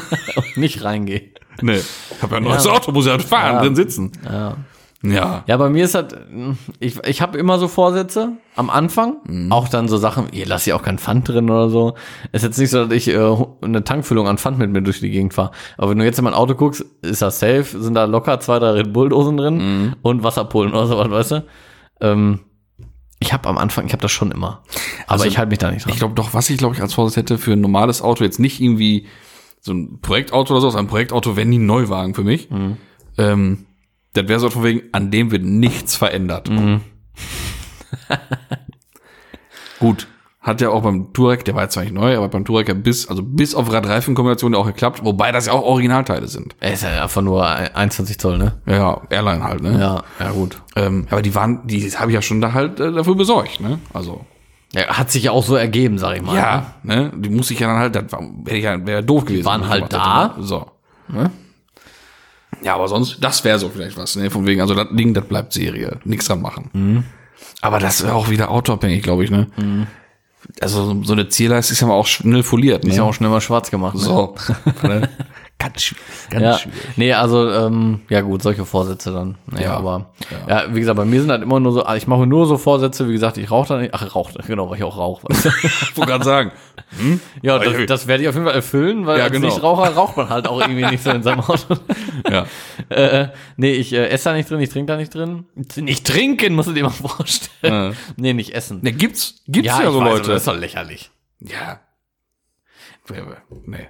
Speaker 2: Nicht reingehen.
Speaker 1: nee, hab ja ein neues Auto, muss ja fahren, drin sitzen. Ja.
Speaker 2: Ja, bei mir ist halt, mh, ich, ich habe immer so Vorsätze am Anfang, auch dann so Sachen, ihr lasst ja auch keinen Pfand drin oder so. Ist jetzt nicht so, dass ich äh, hu- eine Tankfüllung an Pfand mit mir durch die Gegend fahre. Aber wenn du jetzt in mein Auto guckst, ist das safe, sind da locker zwei, drei Red Bull-Dosen drin und Wasserpullen oder sowas, weißt du? Ähm, ich habe am Anfang, ich habe das schon immer. Aber Also ich halte mich da nicht dran.
Speaker 1: Ich glaube doch, was ich glaube ich als Vorsatz hätte für ein normales Auto, jetzt nicht irgendwie so ein Projektauto oder so, also ein Projektauto wäre nie ein Neuwagen für mich. Ähm, das wäre so von wegen, an dem wird nichts verändert. Gut. Hat ja auch beim Touareg, der war jetzt zwar nicht neu, aber beim Touareg ja bis, also bis auf Radreifenkombination ja auch geklappt, wobei das ja auch Originalteile sind.
Speaker 2: Ey, ist ja einfach nur ein- 21 Zoll, ne?
Speaker 1: Ja, Airline halt, ne?
Speaker 2: Ja, ja gut.
Speaker 1: Ähm, aber die waren, die habe ich ja schon da halt äh, dafür besorgt, ne? Also.
Speaker 2: Ja, hat sich ja auch so ergeben, sag ich mal.
Speaker 1: Ja, ne? Die muss ich ja dann halt, das wäre ich ja, wär doof gewesen.
Speaker 2: waren
Speaker 1: wenn ich
Speaker 2: halt
Speaker 1: gemacht
Speaker 2: da.
Speaker 1: hätte. ne? So. Ja, aber sonst, das wäre so vielleicht was, ne? Von wegen, also das Ding, das bleibt Serie. Nix dran machen. Aber das wäre auch wieder autoabhängig, glaube ich, ne? Also so- so eine Zierleiste ist ja mal auch schnell foliert, ne?
Speaker 2: Ist ja auch schnell mal schwarz gemacht. Ne?
Speaker 1: so. ne? Ganz schwierig. Ganz
Speaker 2: Ja,
Speaker 1: schwierig.
Speaker 2: nee, also ähm, ja gut, solche Vorsätze dann. Nee,
Speaker 1: Ja.
Speaker 2: ja, aber ja. wie gesagt, bei mir sind halt immer nur so, ich mache mir nur so Vorsätze, wie gesagt, ich rauche dann nicht. Ach, rauche, genau, weil ich auch rauche.
Speaker 1: Ich wollte gerade sagen.
Speaker 2: ja,
Speaker 1: Aber
Speaker 2: das,
Speaker 1: ich-
Speaker 2: das werde ich auf jeden Fall erfüllen, weil
Speaker 1: Ja,
Speaker 2: als
Speaker 1: genau.
Speaker 2: Nichtraucher raucht man halt auch irgendwie nicht so in seinem Auto.
Speaker 1: Ja.
Speaker 2: äh, nee, ich äh, esse da nicht drin, ich trinke da nicht drin. Nicht trinken, musst du dir mal vorstellen.
Speaker 1: Ja.
Speaker 2: Nee, nicht essen.
Speaker 1: Ne, gibt's, gibt's ja, so
Speaker 2: ich weiß,
Speaker 1: Leute.
Speaker 2: aber Das ist doch lächerlich.
Speaker 1: ja. Nee.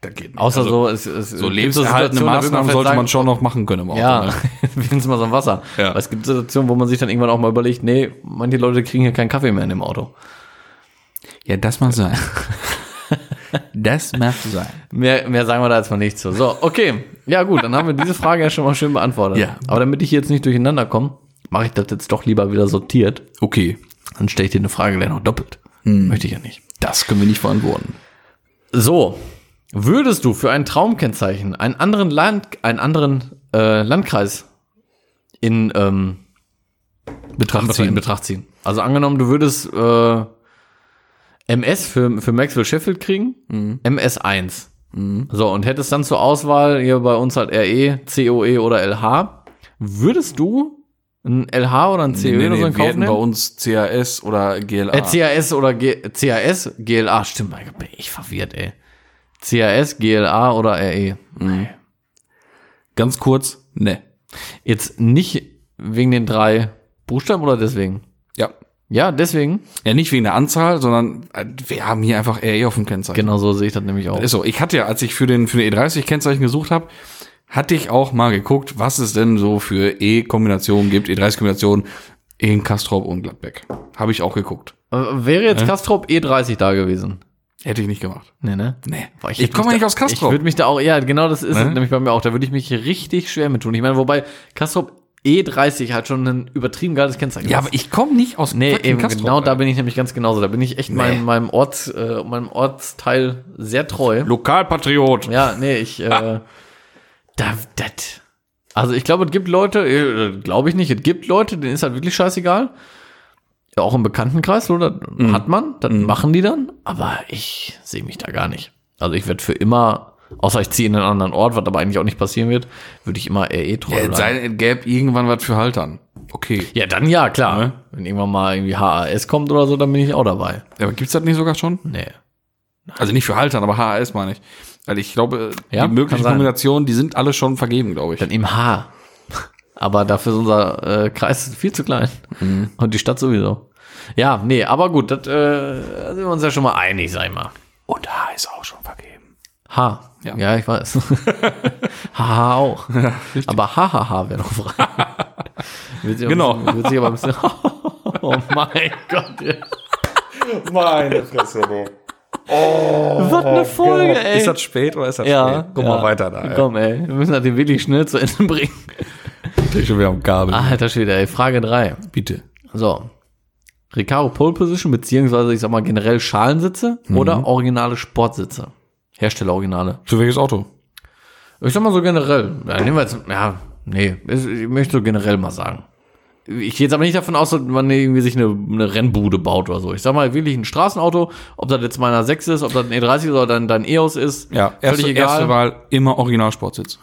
Speaker 1: Das geht nicht.
Speaker 2: Außer
Speaker 1: Also,
Speaker 2: so, es, es halt
Speaker 1: so
Speaker 2: gibt
Speaker 1: lebenserhaltende
Speaker 2: Situationen, da will
Speaker 1: Maßnahmen
Speaker 2: vielleicht
Speaker 1: sollte
Speaker 2: sagen,
Speaker 1: man schon noch machen können im Auto.
Speaker 2: Ja,
Speaker 1: ne?
Speaker 2: wenigstens mal so ein Wasser.
Speaker 1: Ja.
Speaker 2: Weil es gibt Situationen, wo man sich dann irgendwann auch mal überlegt, nee, manche Leute kriegen hier keinen Kaffee mehr in dem Auto.
Speaker 1: ja, das mag sein. das mag sein.
Speaker 2: Mehr, mehr sagen wir da jetzt mal nicht zu. So, okay. Ja, gut, dann haben wir diese Frage ja schon mal schön beantwortet.
Speaker 1: Ja.
Speaker 2: Aber damit ich hier jetzt nicht durcheinander komme, mache ich das jetzt doch lieber wieder sortiert.
Speaker 1: Okay, Hm.
Speaker 2: Dann stelle ich dir eine Frage gleich noch doppelt. Möchte ich ja nicht.
Speaker 1: das können wir nicht verantworten.
Speaker 2: So, würdest du für ein Traumkennzeichen einen anderen Land, einen anderen äh, Landkreis in ähm,
Speaker 1: Betracht
Speaker 2: in
Speaker 1: ziehen.
Speaker 2: Betracht ziehen? Also angenommen, du würdest äh, MS für, für Maxwell Sheffield kriegen,
Speaker 1: Mhm.
Speaker 2: MS1. So, und hättest dann zur Auswahl hier bei uns halt RE, COE oder LH. Würdest du ein LH oder ein COE
Speaker 1: Nee,
Speaker 2: oder so
Speaker 1: nee, wir
Speaker 2: in Kauf
Speaker 1: hätten bei
Speaker 2: nehmen?
Speaker 1: uns CAS oder GLA.
Speaker 2: Äh, CAS oder G CAS, GLA, stimmt, ich bin ich verwirrt, ey. CAS, GLA oder E. RE.
Speaker 1: Ganz kurz, ne.
Speaker 2: Jetzt nicht wegen den drei Buchstaben oder deswegen?
Speaker 1: Ja.
Speaker 2: Ja, deswegen.
Speaker 1: Ja, nicht wegen der Anzahl, sondern äh, wir haben hier einfach RE auf dem Kennzeichen.
Speaker 2: Genau so sehe ich das nämlich auch.
Speaker 1: Ist so. Also, Ich hatte ja, als ich für den, für den E30-Kennzeichen gesucht habe, hatte ich auch mal geguckt, was es denn so für E-Kombinationen gibt, E30-Kombinationen in Kastrop und Gladbeck. Habe ich auch geguckt.
Speaker 2: Äh, Wäre jetzt Kastrop E30 da gewesen?
Speaker 1: Hätte ich nicht gemacht.
Speaker 2: Nee, ne?
Speaker 1: Nee.
Speaker 2: Boah,
Speaker 1: ich
Speaker 2: hätte
Speaker 1: komme
Speaker 2: mich
Speaker 1: nicht
Speaker 2: da-
Speaker 1: aus Kastrop.
Speaker 2: Ich würde mich da auch, ja, genau das ist
Speaker 1: Ne?
Speaker 2: es nämlich bei mir auch. Da würde ich mich richtig schwer mit tun. Ich meine, wobei Kastrop E30 halt schon ein übertrieben geiles Kennzeichen.
Speaker 1: ja,
Speaker 2: ist.
Speaker 1: aber ich komme nicht aus
Speaker 2: nee,
Speaker 1: fucking
Speaker 2: eben,
Speaker 1: Kastrop,
Speaker 2: genau da
Speaker 1: Alter.
Speaker 2: bin ich nämlich ganz genauso. Da bin ich echt meinem, meinem, Orts, äh, meinem Ortsteil sehr treu.
Speaker 3: Lokalpatriot.
Speaker 2: Ja, nee, ich, äh, da, das. Also ich glaube, es gibt Leute, äh, glaube ich nicht, es gibt Leute, denen ist halt wirklich scheißegal. Ja, auch im Bekanntenkreis, oder?
Speaker 1: Mhm.
Speaker 2: Hat man, dann machen die dann, aber ich sehe mich da gar nicht. Also ich werde für immer, außer ich ziehe in einen anderen Ort, was aber eigentlich auch nicht passieren wird, würde ich immer eher eh treu
Speaker 1: Ja,
Speaker 2: bleiben.
Speaker 1: es Äh, sei denn, es gäbe irgendwann was für Haltern. Okay.
Speaker 2: ja, dann ja, klar. Wenn irgendwann mal irgendwie HAS kommt oder so, dann bin ich auch dabei.
Speaker 1: Ja, aber gibt's das nicht sogar schon?
Speaker 2: Nee.
Speaker 1: Also nicht für Haltern, aber HAS meine ich. Weil ich glaube,
Speaker 2: Ja,
Speaker 1: die
Speaker 2: kann
Speaker 1: möglichen
Speaker 2: sein.
Speaker 1: Kombinationen, die sind alle schon vergeben, glaube ich.
Speaker 2: Dann im H. Aber dafür ist unser äh, Kreis viel zu klein. Und die Stadt sowieso. Ja, nee, aber gut, das, äh, da sind wir uns ja schon mal einig, sag ich mal.
Speaker 1: Und H ist auch schon vergeben.
Speaker 2: H.
Speaker 1: Ja.
Speaker 2: Ja, ich weiß. Haha auch. aber hahaha wäre noch frei. Wird sich
Speaker 1: Genau.
Speaker 2: Ein bisschen, wird sich aber ein bisschen oh mein Gott. ey.
Speaker 3: Meine Fresse, du.
Speaker 2: Was eine Folge, ey.
Speaker 1: spät oder ist das
Speaker 2: ja, ja.
Speaker 1: ey.
Speaker 2: Komm, ey. Wir müssen das den wirklich schnell zu Ende bringen.
Speaker 1: Ich schon wieder am Kabel.
Speaker 2: Alter Schwede, ey. Frage 3.
Speaker 1: Bitte.
Speaker 2: So. Recaro Pole Position, beziehungsweise ich sag mal generell Schalensitze
Speaker 1: Mhm.
Speaker 2: oder originale Sportsitze. Hersteller originale.
Speaker 1: Für welches Auto?
Speaker 2: Ich sag mal so generell. Ja, nehmen wir jetzt, ja, nee, ich, ich möchte so generell mal sagen. Ich gehe jetzt aber nicht davon aus, dass man irgendwie sich eine, eine Rennbude baut oder so. Ich sag mal wirklich ein Straßenauto, ob das jetzt meiner 6 ist, ob das ein E30 ist oder dein, dein EOS ist.
Speaker 1: Ja,
Speaker 2: völlig
Speaker 1: erste,
Speaker 2: egal.
Speaker 1: erste Wahl immer Originalsportsitz.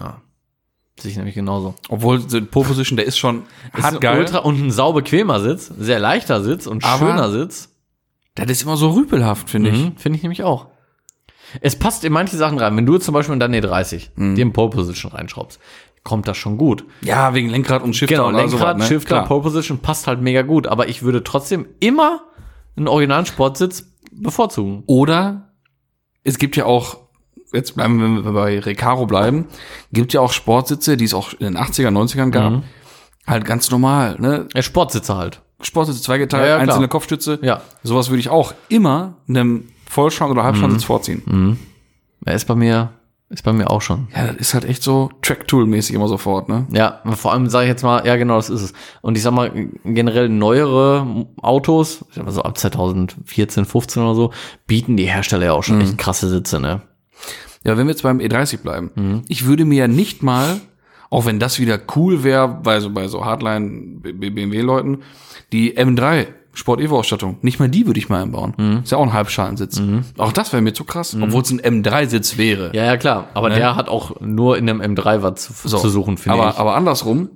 Speaker 2: Sich nämlich genauso.
Speaker 1: Obwohl der Pole Position, der ist schon
Speaker 2: Ist ein Ultra und ein sau bequemer Sitz, sehr leichter Sitz und
Speaker 1: Aber-
Speaker 2: schöner Sitz.
Speaker 1: Das ist immer so rüpelhaft, finde ich.
Speaker 2: Mhm, Finde ich nämlich auch. Es passt in manche Sachen rein. Wenn du jetzt zum Beispiel in deine 30
Speaker 1: Hm.
Speaker 2: dir den Pole Position reinschraubst, kommt das schon gut.
Speaker 1: Ja, wegen Lenkrad und Shifter.
Speaker 2: Genau,
Speaker 1: und all sowas,
Speaker 2: Lenkrad,
Speaker 1: ne?
Speaker 2: Shifter,
Speaker 1: Klar.
Speaker 2: Pole Position passt halt mega gut. Aber ich würde trotzdem immer einen originalen Sportsitz bevorzugen.
Speaker 1: Oder es gibt ja auch, jetzt bleiben wir bei Recaro bleiben, gibt ja auch Sportsitze, die es auch in den 80er, 90ern gab.
Speaker 2: Mhm.
Speaker 1: Halt ganz normal, ne?
Speaker 2: Ja, Sportsitze halt.
Speaker 1: Sportsitze zweigeteilt,
Speaker 2: Ja, ja, klar.
Speaker 1: einzelne Kopfstütze.
Speaker 2: Ja.
Speaker 1: Sowas würde ich auch immer einem Vollschrank oder
Speaker 2: Mhm.
Speaker 1: Halbschranksitz vorziehen.
Speaker 2: Er ist bei mir, ist bei mir auch schon.
Speaker 1: Ja, das ist halt echt so Track-Tool-mäßig immer sofort, ne?
Speaker 2: Ja, vor allem sage ich jetzt mal, ja genau, das ist es. Und ich sag mal, generell neuere Autos, ich sag mal so ab 2014, 15 oder so, bieten die Hersteller ja auch
Speaker 1: Hm.
Speaker 2: schon echt krasse Sitze, ne?
Speaker 1: Ja, wenn wir jetzt beim E30 bleiben, ich würde mir ja nicht mal, auch wenn das wieder cool wäre, bei so, bei so Hardline B- B- BMW-Leuten, die M3 Sport-Evo-Ausstattung. Nicht mal die würde ich mal einbauen. Ist ja auch ein Halbschalensitz. Auch das wäre mir zu krass, obwohl es ein M3-Sitz wäre.
Speaker 2: Ja, ja, klar. Aber der hat auch nur in einem M3 was zu, zu suchen, finde
Speaker 1: aber,
Speaker 2: ich.
Speaker 1: Aber andersrum,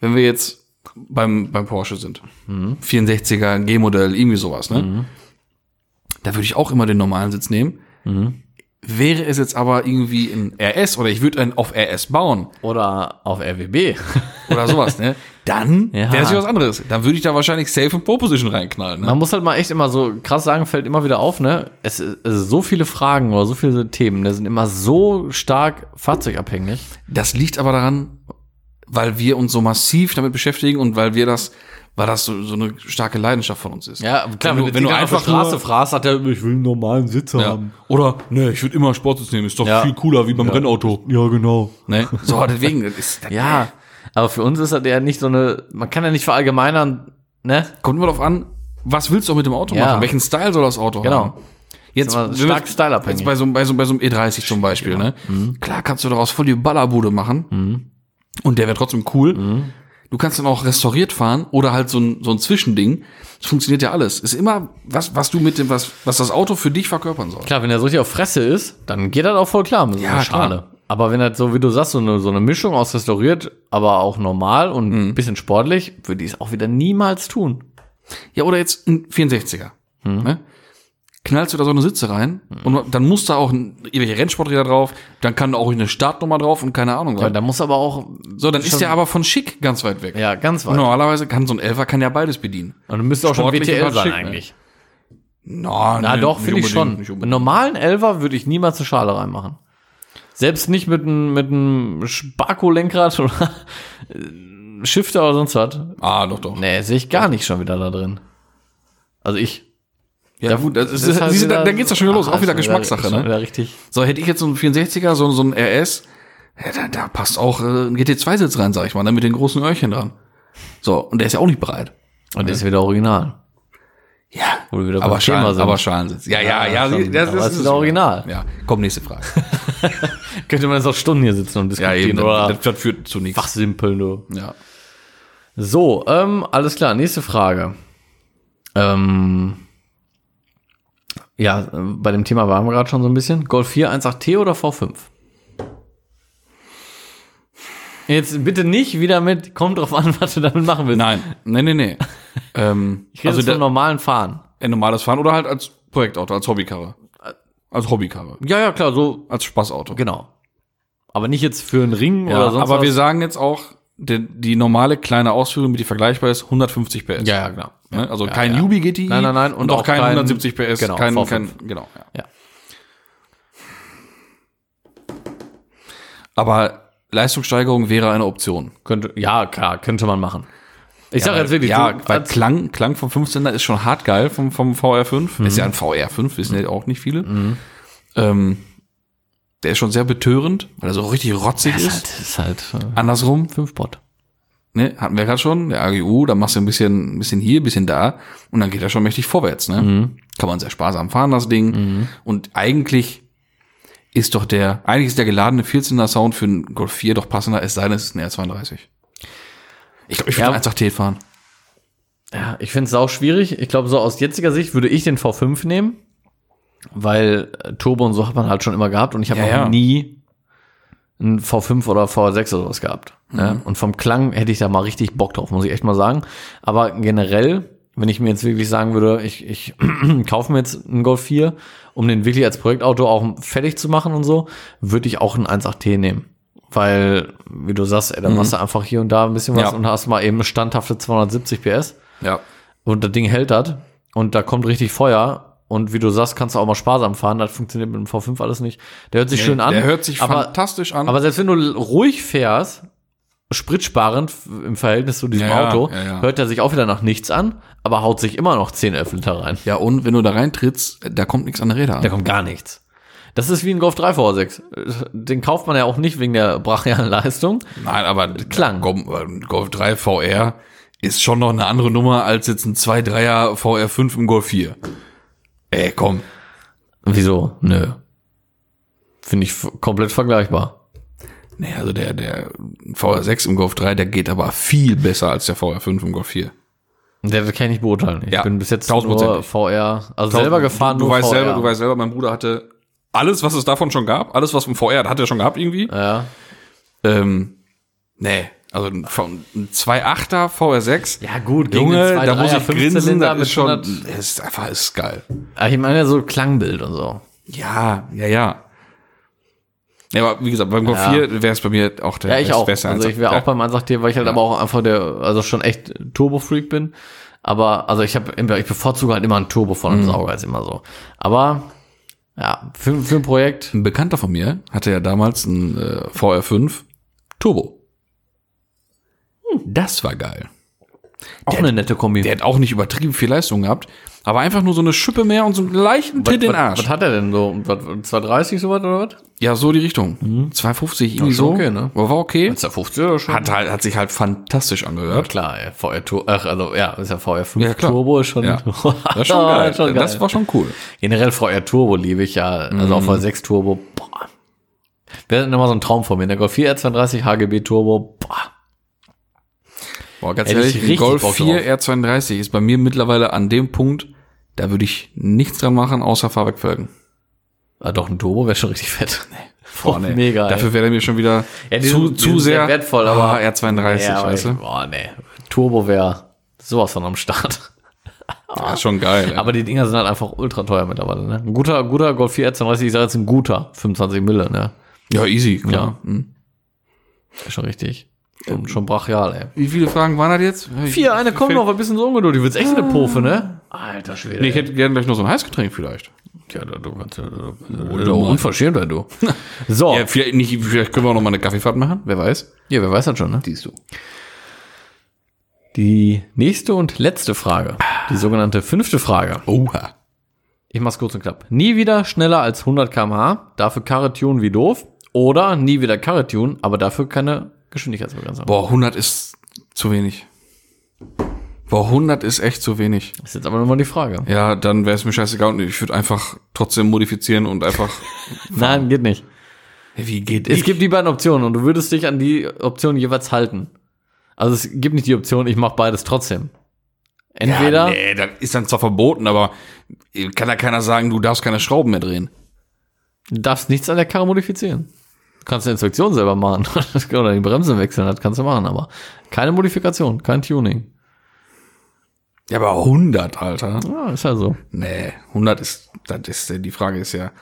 Speaker 1: wenn wir jetzt beim, beim Porsche sind,
Speaker 2: Mhm.
Speaker 1: 64er G-Modell, irgendwie sowas, ne? Da würde ich auch immer den normalen Sitz nehmen.
Speaker 2: Mhm.
Speaker 1: Wäre es jetzt aber irgendwie ein RS oder ich würde einen auf RS bauen
Speaker 2: Oder auf RWB.
Speaker 1: oder sowas, ne? Dann
Speaker 2: Ja.
Speaker 1: wäre es ja was anderes. Dann würde ich da wahrscheinlich safe in Pole Position reinknallen. Ne?
Speaker 2: Man muss halt mal echt immer so krass sagen, fällt immer wieder auf, ne? Es, ist- es ist so viele Fragen oder so viele Themen, die sind immer so stark fahrzeugabhängig.
Speaker 1: Das liegt aber daran, weil wir uns so massiv damit beschäftigen und weil wir das, weil das so, so eine starke Leidenschaft von uns ist. wenn du, wenn du einfach nur-
Speaker 2: fragst, hat er, ich will einen normalen Sitz
Speaker 1: Ja. Oder, ne, ich würde immer Sportsitz nehmen, ist doch
Speaker 2: Ähm. Ja.
Speaker 1: viel cooler wie beim Rennauto.
Speaker 2: Ja, genau.
Speaker 1: Ne? So, deswegen, das ist, das
Speaker 2: Ja, aber für uns ist das ja nicht so eine, man kann ja nicht verallgemeinern, ne?
Speaker 1: kommt immer drauf an, was willst du auch mit dem Auto
Speaker 2: Ja.
Speaker 1: machen? Welchen Style soll das Auto
Speaker 2: Genau.
Speaker 1: haben? Jetzt,
Speaker 2: Ist immer
Speaker 1: wenn
Speaker 2: stark
Speaker 1: wir-
Speaker 2: styleabhängig. Mhm.
Speaker 1: Jetzt bei so, einem- bei, so, einem- bei so einem E30 zum Beispiel, ne? Klar kannst du daraus voll die Ballerbude machen. Und der wäre trotzdem cool.
Speaker 2: Mhm.
Speaker 1: Du kannst dann auch restauriert fahren oder halt so ein, so ein Zwischending. Das funktioniert ja alles. Ist immer, was, was du mit dem, was, was das Auto für dich verkörpern soll.
Speaker 2: Klar, wenn er so richtig auf Fresse ist, dann geht das auch voll klar mit so
Speaker 1: Ja,
Speaker 2: einer Schale.
Speaker 1: klar.
Speaker 2: Aber wenn das so, wie du sagst, so eine, so eine Mischung aus restauriert, aber auch normal und
Speaker 1: Mhm.
Speaker 2: ein bisschen sportlich, würde ich es auch wieder niemals tun.
Speaker 1: Ja, oder jetzt ein 64er.
Speaker 2: Hm.
Speaker 1: Ne? Knallst du da so eine Sitze rein und dann muss da auch ein, irgendwelche Rennsporträder drauf, dann kann da auch eine Startnummer drauf und keine Ahnung was.
Speaker 2: Ja, da muss aber auch,
Speaker 1: so, dann ist
Speaker 2: schon-
Speaker 1: der aber von schick ganz weit weg.
Speaker 2: ja, ganz
Speaker 1: Und
Speaker 2: weit.
Speaker 1: normalerweise kann so ein Elfer kann ja beides bedienen.
Speaker 2: Und du müsstest auch schon
Speaker 1: Sportlich
Speaker 2: WTL
Speaker 1: und
Speaker 2: sein
Speaker 1: schick, ne?
Speaker 2: eigentlich.
Speaker 1: Na,
Speaker 2: Na
Speaker 1: nee,
Speaker 2: doch,
Speaker 1: nicht
Speaker 2: finde ich
Speaker 1: unbedingt,
Speaker 2: schon.
Speaker 1: nicht
Speaker 2: Einen
Speaker 1: unbedingt.
Speaker 2: normalen Elfer würde ich niemals eine Schale reinmachen. Selbst nicht mit einem mit einem Sparko-Lenkrad oder äh, Shifter oder sonst was.
Speaker 1: Ah, doch, doch.
Speaker 2: Nee, sehe ich gar nicht schon wieder da drin. Also ich.
Speaker 1: Ja, gut, das ist,
Speaker 2: Das ist halt
Speaker 1: siehst du,
Speaker 2: wieder-
Speaker 1: da, da geht's ja schon wieder los.
Speaker 2: Ah,
Speaker 1: Auch wieder
Speaker 2: ist schon
Speaker 1: Geschmackssache,
Speaker 2: ist schon
Speaker 1: ne?
Speaker 2: wieder richtig.
Speaker 1: So, hätte ich jetzt so einen 64er, so, so einen RS, ja, da, da passt auch äh, ein GT2-Sitz rein, sag ich mal, ne? mit den großen Öhrchen dran. So, und der ist ja auch nicht breit.
Speaker 2: Und das ist wieder original.
Speaker 1: Ja,
Speaker 2: Wo wir wieder beim
Speaker 1: aber,
Speaker 2: Thema
Speaker 1: Schalen,
Speaker 2: sind.
Speaker 1: aber Schalensitz. Ja, ja,
Speaker 2: Ja,
Speaker 1: ja,
Speaker 2: schon.
Speaker 1: sie- das,
Speaker 2: Aber
Speaker 1: ist-
Speaker 2: es ist
Speaker 1: ist
Speaker 2: original.
Speaker 1: Ja, komm, nächste Frage.
Speaker 2: Könnte man jetzt auch Stunden hier sitzen und
Speaker 1: Ja, eben,
Speaker 2: diskutieren oder
Speaker 1: das, das führt zu nichts.
Speaker 2: fachsimpeln, du.
Speaker 1: Ja.
Speaker 2: So, ähm, alles klar, nächste Frage. Ähm, ja, äh, bei dem Thema waren wir gerade schon so ein bisschen. Golf 4, 1.8T oder V5? Jetzt bitte nicht wieder mit, kommt drauf an, was du damit machen willst.
Speaker 1: Nein, nee, nee, nee. ähm,
Speaker 2: ich rede
Speaker 1: also
Speaker 2: also vom
Speaker 1: da,
Speaker 2: normalen Fahren.
Speaker 1: ein normales Fahren oder halt als Projektauto, als Hobbykarre. Als Hobbykarre,
Speaker 2: Ja, ja, klar, so,
Speaker 1: als Spaßauto.
Speaker 2: genau. Aber nicht jetzt für einen Ring
Speaker 1: Ja,
Speaker 2: oder sonst
Speaker 1: aber
Speaker 2: was.
Speaker 1: wir sagen jetzt auch, die, die normale kleine Ausführung, mit die vergleichbar ist, 150 PS.
Speaker 2: ja, ja, genau.
Speaker 1: Ne? Also kein
Speaker 2: ja.
Speaker 1: Jubi GTI
Speaker 2: Nein, nein, nein,
Speaker 1: und, auch kein 170 PS,
Speaker 2: genau,
Speaker 1: kein,
Speaker 2: V5.
Speaker 1: kein genau. Ja.
Speaker 2: Ja.
Speaker 1: Aber Leistungssteigerung wäre eine Option.
Speaker 2: Könnte, ja, klar, könnte man machen. Ich sag sage jetzt wirklich,
Speaker 1: ja,
Speaker 2: du-
Speaker 1: weil
Speaker 2: als-
Speaker 1: Klang, Klang vom 15er ist schon hart geil vom, vom VR5.
Speaker 2: Mhm.
Speaker 1: Ist ja ein VR5, wissen ja auch nicht viele. Ähm, der ist schon sehr betörend, weil er so richtig rotzig
Speaker 2: ist
Speaker 1: ist.
Speaker 2: halt, ist halt äh,
Speaker 1: Andersrum,
Speaker 2: 5 Bot.
Speaker 1: ne, hatten wir gerade schon, der AGU, da machst du ein bisschen, ein bisschen hier, ein bisschen da und dann geht er schon mächtig vorwärts, ne?
Speaker 2: Mhm.
Speaker 1: Kann man sehr sparsam fahren, das Ding. Und eigentlich ist doch der, eigentlich ist der geladene 14er Sound für einen Golf 4 doch passender, es sei denn, es ist ein R32. Ich glaube, ich würde
Speaker 2: Ja.
Speaker 1: ja. 1.8T fahren.
Speaker 2: Ja, ich finde es auch schwierig. Ich glaube, so aus jetziger Sicht würde ich den V5 nehmen, weil äh, Turbo und so hat man halt schon immer gehabt und ich habe
Speaker 1: Ja,
Speaker 2: noch
Speaker 1: ja.
Speaker 2: nie einen V5 oder V6 oder sowas gehabt. Ne?
Speaker 1: Mhm.
Speaker 2: Und vom Klang hätte ich da mal richtig Bock drauf, muss ich echt mal sagen. Aber generell, wenn ich mir jetzt wirklich sagen würde, ich, ich kaufe mir jetzt einen Golf 4, um den wirklich als Projektauto auch fertig zu machen und so, würde ich auch einen 1.8T nehmen. Weil, wie du sagst, ey, dann machst du einfach hier und da ein bisschen was
Speaker 1: Mhm. Ja.
Speaker 2: und hast mal eben standhafte 270 PS
Speaker 1: Ja.
Speaker 2: und das Ding hält das und da kommt richtig Feuer und wie du sagst, kannst du auch mal sparsam fahren. Das funktioniert mit dem V5 alles nicht. Der hört sich schön an.
Speaker 1: Der hört sich
Speaker 2: aber,
Speaker 1: fantastisch an.
Speaker 2: aber selbst wenn du l- ruhig fährst, spritsparend f- im Verhältnis zu diesem
Speaker 1: Ja, ja,
Speaker 2: Auto,
Speaker 1: ja, ja.
Speaker 2: hört er sich auch wieder nach nichts an, aber haut sich immer noch 10 11 Liter rein.
Speaker 1: ja, und wenn du da reintrittst, da kommt nichts an der Räder an.
Speaker 2: Da kommt gar nichts. Das ist wie ein Golf 3 V6. Den kauft man ja auch nicht wegen der brachialen Leistung.
Speaker 1: Nein, aber
Speaker 2: Klang.
Speaker 1: Golf, Golf 3 VR ist schon noch eine andere Nummer als jetzt ein 2-3er VR5 im Golf 4. Ey, komm.
Speaker 2: Wieso? Nö. Finde ich f- komplett vergleichbar.
Speaker 1: Nee, also der, der VR6 im Golf 3, der geht aber viel besser als der VR5 im Golf 4.
Speaker 2: Ja, das kann ich nicht beurteilen. Ich
Speaker 1: Ja,
Speaker 2: bin bis jetzt
Speaker 1: 1000%.
Speaker 2: nur VR, also selber gefahren,
Speaker 1: du, du
Speaker 2: nur
Speaker 1: weißt
Speaker 2: VR.
Speaker 1: selber, du weißt selber, mein Bruder hatte alles, was es davon schon gab, alles, was vom VR hat er schon gehabt irgendwie.
Speaker 2: Ja.
Speaker 1: Ähm, nee, also ein, V- ein 2.8er VR6.
Speaker 2: ja, gut, gegen
Speaker 1: Junge,
Speaker 2: den zwei,
Speaker 1: da muss
Speaker 2: Dreier,
Speaker 1: ich grinsen,
Speaker 2: Fünfzylinder
Speaker 1: das
Speaker 2: mit
Speaker 1: ist schon,
Speaker 2: 100
Speaker 1: das ist einfach, das ist geil.
Speaker 2: Ah, Ich meine, so Klangbild und so.
Speaker 1: Ja, ja, ja. Ja, aber wie gesagt, beim Golf
Speaker 2: Ja.
Speaker 1: 4 wäre es bei mir auch der
Speaker 2: Ja, ich
Speaker 1: das
Speaker 2: auch.
Speaker 1: beste
Speaker 2: also
Speaker 1: Einsatz.
Speaker 2: ich wäre
Speaker 1: Ja.
Speaker 2: auch beim Ansachtier, weil ich halt aber auch einfach der, also schon echt Turbo-Freak bin. Aber, also ich habe ich bevorzuge halt immer einen Turbo von
Speaker 1: Mhm.
Speaker 2: einem Sauger, ist immer so. Aber, ja, für, für ein Projekt,
Speaker 1: Ein Bekannter von mir hatte ja damals ein äh, VR5 Turbo.
Speaker 2: Hm.
Speaker 1: Das war geil.
Speaker 2: auch eine nette Kombi.
Speaker 1: Der hat auch nicht übertrieben viel Leistung gehabt, aber einfach nur so eine Schippe mehr und so einen leichten Tritt in den
Speaker 2: Was, was
Speaker 1: Arsch.
Speaker 2: hat er denn so? Was, 230 sowas oder was?
Speaker 1: Ja, so die Richtung. 250 irgendwie
Speaker 2: Mhm. ist
Speaker 1: so.
Speaker 2: okay, ne?
Speaker 1: Aber War okay.
Speaker 2: 250 oder schon?
Speaker 1: Hat, halt, hat sich halt fantastisch angehört.
Speaker 2: Klar, ey, VR Turbo, ach, also ja, ist ja VR 5
Speaker 1: Ja, klar.
Speaker 2: Turbo ist schon,
Speaker 1: Ja. Das war schon
Speaker 2: Ja,
Speaker 1: geil.
Speaker 2: ist schon
Speaker 1: Das war Mhm. schon cool.
Speaker 2: Generell VR Turbo liebe ich ja. Also auch VR6 Turbo. Boah. Wäre nochmal so ein Traum von mir. Der Golf 4 R32 HGB Turbo. Boah.
Speaker 1: Boah, ganz
Speaker 2: Hätte ich
Speaker 1: ehrlich, ein
Speaker 2: richtig
Speaker 1: Golf
Speaker 2: Bock
Speaker 1: 4 R32 ist bei mir mittlerweile an dem Punkt, da würde ich nichts dran machen, außer Fahrwerk verlegen.
Speaker 2: Ah, doch, ein Turbo wäre schon richtig fett. Boah,
Speaker 1: nee.
Speaker 2: Oh, Mega. ey.
Speaker 1: Dafür wäre mir schon wieder
Speaker 2: Ja, die
Speaker 1: zu,
Speaker 2: sind- die
Speaker 1: zu
Speaker 2: sind
Speaker 1: sehr,
Speaker 2: wertvoll, aber.
Speaker 1: Ah, R32,
Speaker 2: Ja, aber
Speaker 1: weißt
Speaker 2: ich-
Speaker 1: du?
Speaker 2: Boah, nee. Turbo wäre sowas von am Start.
Speaker 1: Ja, ist schon geil. ey.
Speaker 2: Aber die Dinger sind halt einfach ultra teuer mittlerweile, ne? Ein guter, guter Golf 4 R32, ich sage jetzt ein guter 25 Mille, ne?
Speaker 1: ja, easy, klar. Mhm.
Speaker 2: Ist schon richtig. Schon, schon brachial, ey.
Speaker 1: Wie viele Fragen waren das jetzt? Ich-
Speaker 2: Vier, eine kommt noch, ein bisschen so ungeduldig. Du willst echt eine Pofe, ne? Alter Schwede.
Speaker 1: Nee, ich hätte gerne gleich noch so ein Heißgetränk vielleicht.
Speaker 2: Ja, äh, du, du, du, du, du Unverschämtheit, halt, du. So,
Speaker 1: Ja, vielleicht, nicht, vielleicht können wir auch noch mal eine Kaffeefahrt machen, wer weiß.
Speaker 2: wer weiß das schon, ne?
Speaker 1: Siehst du.
Speaker 2: Die nächste und letzte Frage. Die sogenannte fünfte Frage.
Speaker 1: Oha.
Speaker 2: Ich mach's kurz und knapp. Nie wieder schneller als 100 km/h, dafür Karre tunen wie doof. Oder nie wieder Karre tunen, aber dafür keine Geschwindigkeitsbegrenzung.
Speaker 1: Boah, 100 ist zu wenig. Boah, 100 ist echt zu wenig.
Speaker 2: Ist jetzt aber nochmal die Frage.
Speaker 1: Ja, dann wäre es mir scheißegal und ich würde einfach trotzdem modifizieren und einfach.
Speaker 2: Nein, geht nicht.
Speaker 1: Hey, wie geht
Speaker 2: Es gibt die beiden Optionen und du würdest dich an die Option jeweils halten. Also es gibt nicht die Option, ich mach beides trotzdem. Entweder.
Speaker 1: ja, nee, das ist dann zwar verboten, aber kann ja keiner sagen, du darfst keine Schrauben mehr drehen.
Speaker 2: Du darfst nichts an der Karre modifizieren. Du kannst eine Inspektion selber machen oder die Bremse wechseln, das kannst du machen, aber keine Modifikation, kein Tuning.
Speaker 1: Ja, aber 100, Alter.
Speaker 2: Ja, ist ja so.
Speaker 1: Nee, 100 ist, das ist, die Frage ist ja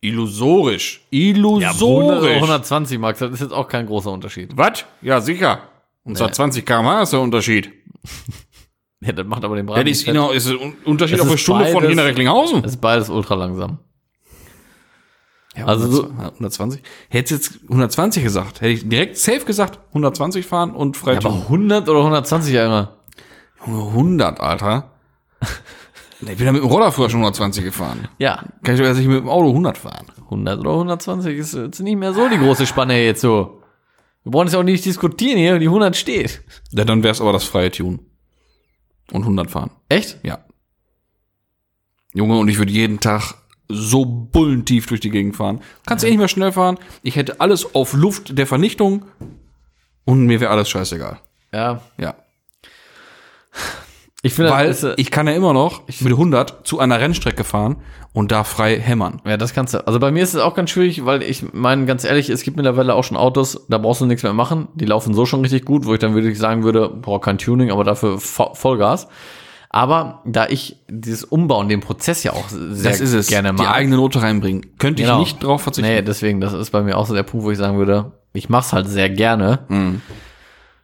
Speaker 1: illusorisch. Illusorisch.
Speaker 2: 120, Max, das ist jetzt auch kein großer Unterschied.
Speaker 1: Was? Ja, sicher. Und zwar 20 km/h ist der Unterschied.
Speaker 2: Ja, das macht aber den Brand
Speaker 1: Das ist,
Speaker 2: nicht fett.
Speaker 1: inner- ist ein Unterschied
Speaker 2: Es
Speaker 1: auf eine
Speaker 2: ist
Speaker 1: Stunde von
Speaker 2: beides-
Speaker 1: hier nach Recklinghausen.
Speaker 2: Das ist beides ultra langsam.
Speaker 1: Ja,
Speaker 2: Also so-
Speaker 1: 120. Hättest jetzt 120 gesagt, hätte ich direkt safe gesagt, 120 fahren und frei.
Speaker 2: Aber 100 oder 120 einmal.
Speaker 1: Junge, 100, Alter. Nee, Ich bin da mit dem Roller früher schon 120 gefahren.
Speaker 2: Ja,
Speaker 1: Kann ich doch jetzt nicht mit dem Auto 100 fahren.
Speaker 2: 100 oder 120 ist jetzt nicht mehr so die große Spanne hier jetzt so. Wir brauchen jetzt auch nicht diskutieren hier, die 100 steht.
Speaker 1: Ja, dann wär's aber das freie Tune. Und 100 fahren.
Speaker 2: Echt?
Speaker 1: Ja. Junge, und ich würde jeden Tag so bullentief durch die Gegend fahren. Kannst eh nicht mehr schnell fahren. Ich hätte alles auf Luft der Vernichtung. Und mir wäre alles scheißegal.
Speaker 2: Ja.
Speaker 1: Ja.
Speaker 2: Ich finde,
Speaker 1: Weil
Speaker 2: das ist, äh,
Speaker 1: ich kann ja immer noch mit 100 zu einer Rennstrecke fahren und da frei hämmern.
Speaker 2: Ja, das kannst du. Also bei mir ist es auch ganz schwierig, weil ich meine, ganz ehrlich, es gibt mittlerweile auch schon Autos, da brauchst du nichts mehr machen. Die laufen so schon richtig gut, wo ich dann wirklich sagen würde, boah, kein Tuning, aber dafür Vo- Vollgas. Aber da ich dieses Umbauen, den Prozess ja auch sehr gerne
Speaker 1: Die
Speaker 2: mag.
Speaker 1: eigene Note reinbringen. Könnte
Speaker 2: Genau.
Speaker 1: ich nicht drauf verzichten.
Speaker 2: nee, deswegen, das ist bei mir auch so der Punkt, wo ich sagen würde, ich mach's halt sehr gerne.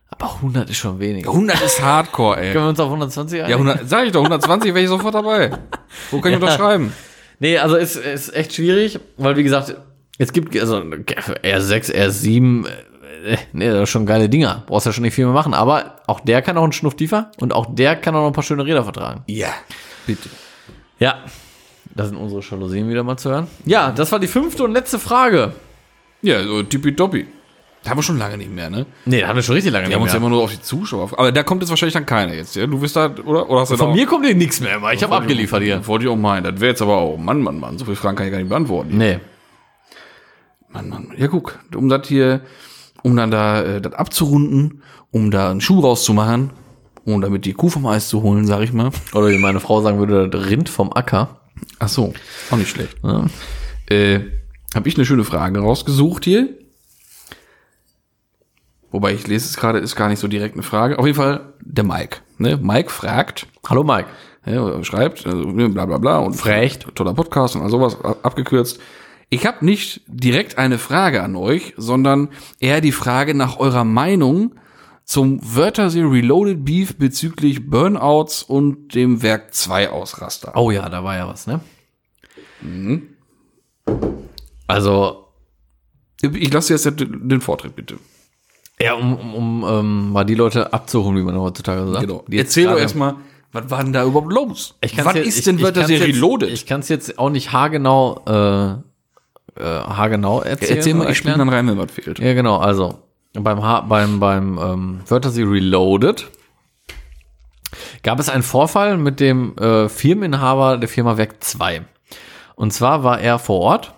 Speaker 2: Aber 100 ist schon wenig.
Speaker 1: 100 ist Hardcore, ey.
Speaker 2: Können wir uns auf 120
Speaker 1: Ja,
Speaker 2: einigen?
Speaker 1: 100, sag ich doch, 120 wäre ich sofort dabei. Wo kann ich unterschreiben?
Speaker 2: Nee, also ist, ist echt schwierig, weil wie gesagt, es gibt also R6, R7, äh, nee, das sind schon geile Dinger. Brauchst ja schon nicht viel mehr machen, aber auch der kann auch einen Schnuff tiefer und auch der kann auch noch ein paar schöne Räder vertragen.
Speaker 1: Ja. Bitte.
Speaker 2: Ja. Da sind unsere Jalousien wieder mal zu hören. Ja, das war die fünfte und letzte Frage.
Speaker 1: Ja, so tippitoppi. Da haben wir schon lange nicht mehr, ne?
Speaker 2: Nee, da haben wir schon richtig lange
Speaker 1: Wir haben uns ja immer nur auf die Zuschauer. auf- Aber da kommt jetzt wahrscheinlich dann keiner jetzt, ja? Du bist da, oder? oder hast du da
Speaker 2: Von
Speaker 1: auch-
Speaker 2: mir kommt hier nichts mehr, immer. ich habe abgeliefert hier.
Speaker 1: Wollte ich auch meinen. Das wäre jetzt aber auch, Mann, Mann, Mann. So viele Fragen kann ich gar nicht beantworten.
Speaker 2: Nee.
Speaker 1: Mann, Mann, Mann. Ja, guck, um das hier, um dann da äh, das abzurunden, um da einen Schuh rauszumachen, Und damit die Kuh vom Eis zu holen, sage ich mal.
Speaker 2: Oder wie meine Frau sagen würde, das Rind vom Acker.
Speaker 1: Ach so, auch nicht schlecht. Äh, Habe ich eine schöne Frage rausgesucht hier. Wobei ich lese es gerade, ist gar nicht so direkt eine Frage. Auf jeden Fall der Mike. Ne? Mike fragt,
Speaker 2: Hallo Mike.
Speaker 1: ja, oder schreibt, also, ne, bla bla bla und
Speaker 2: Frecht.
Speaker 1: toller Podcast und all sowas a- abgekürzt. Ich habe nicht direkt eine Frage an euch, sondern eher die Frage nach eurer Meinung zum Wörthersee Reloaded Beef bezüglich Burnouts und dem Werk 2 Ausraster.
Speaker 2: Oh ja, da war ja was, ne?
Speaker 1: Mhm.
Speaker 2: Also,
Speaker 1: Ich lasse jetzt den Vortritt bitte.
Speaker 2: ja, um, um, um ähm, mal die Leute abzuholen, wie man heutzutage sagt.
Speaker 1: Genau.
Speaker 2: die jetzt
Speaker 1: Erzähl doch
Speaker 2: gerade-
Speaker 1: erstmal, was war denn da überhaupt los?
Speaker 2: Ich kann's
Speaker 1: was
Speaker 2: jetzt-
Speaker 1: ist
Speaker 2: ich-
Speaker 1: denn
Speaker 2: ich
Speaker 1: Wörter
Speaker 2: kann's
Speaker 1: Serie
Speaker 2: jetzt-
Speaker 1: Reloaded?
Speaker 2: Ich kann es jetzt auch nicht haargenau, äh, äh, haargenau erzählen.
Speaker 1: Erzähl mal,
Speaker 2: oder
Speaker 1: ich spiele
Speaker 2: erklären.
Speaker 1: dann rein, wenn was fehlt.
Speaker 2: Ja, genau, also beim, H- beim, beim ähm, Fantasy Reloaded gab es einen Vorfall mit dem äh, Firmeninhaber der Firma Werk 2. Und zwar war er vor Ort,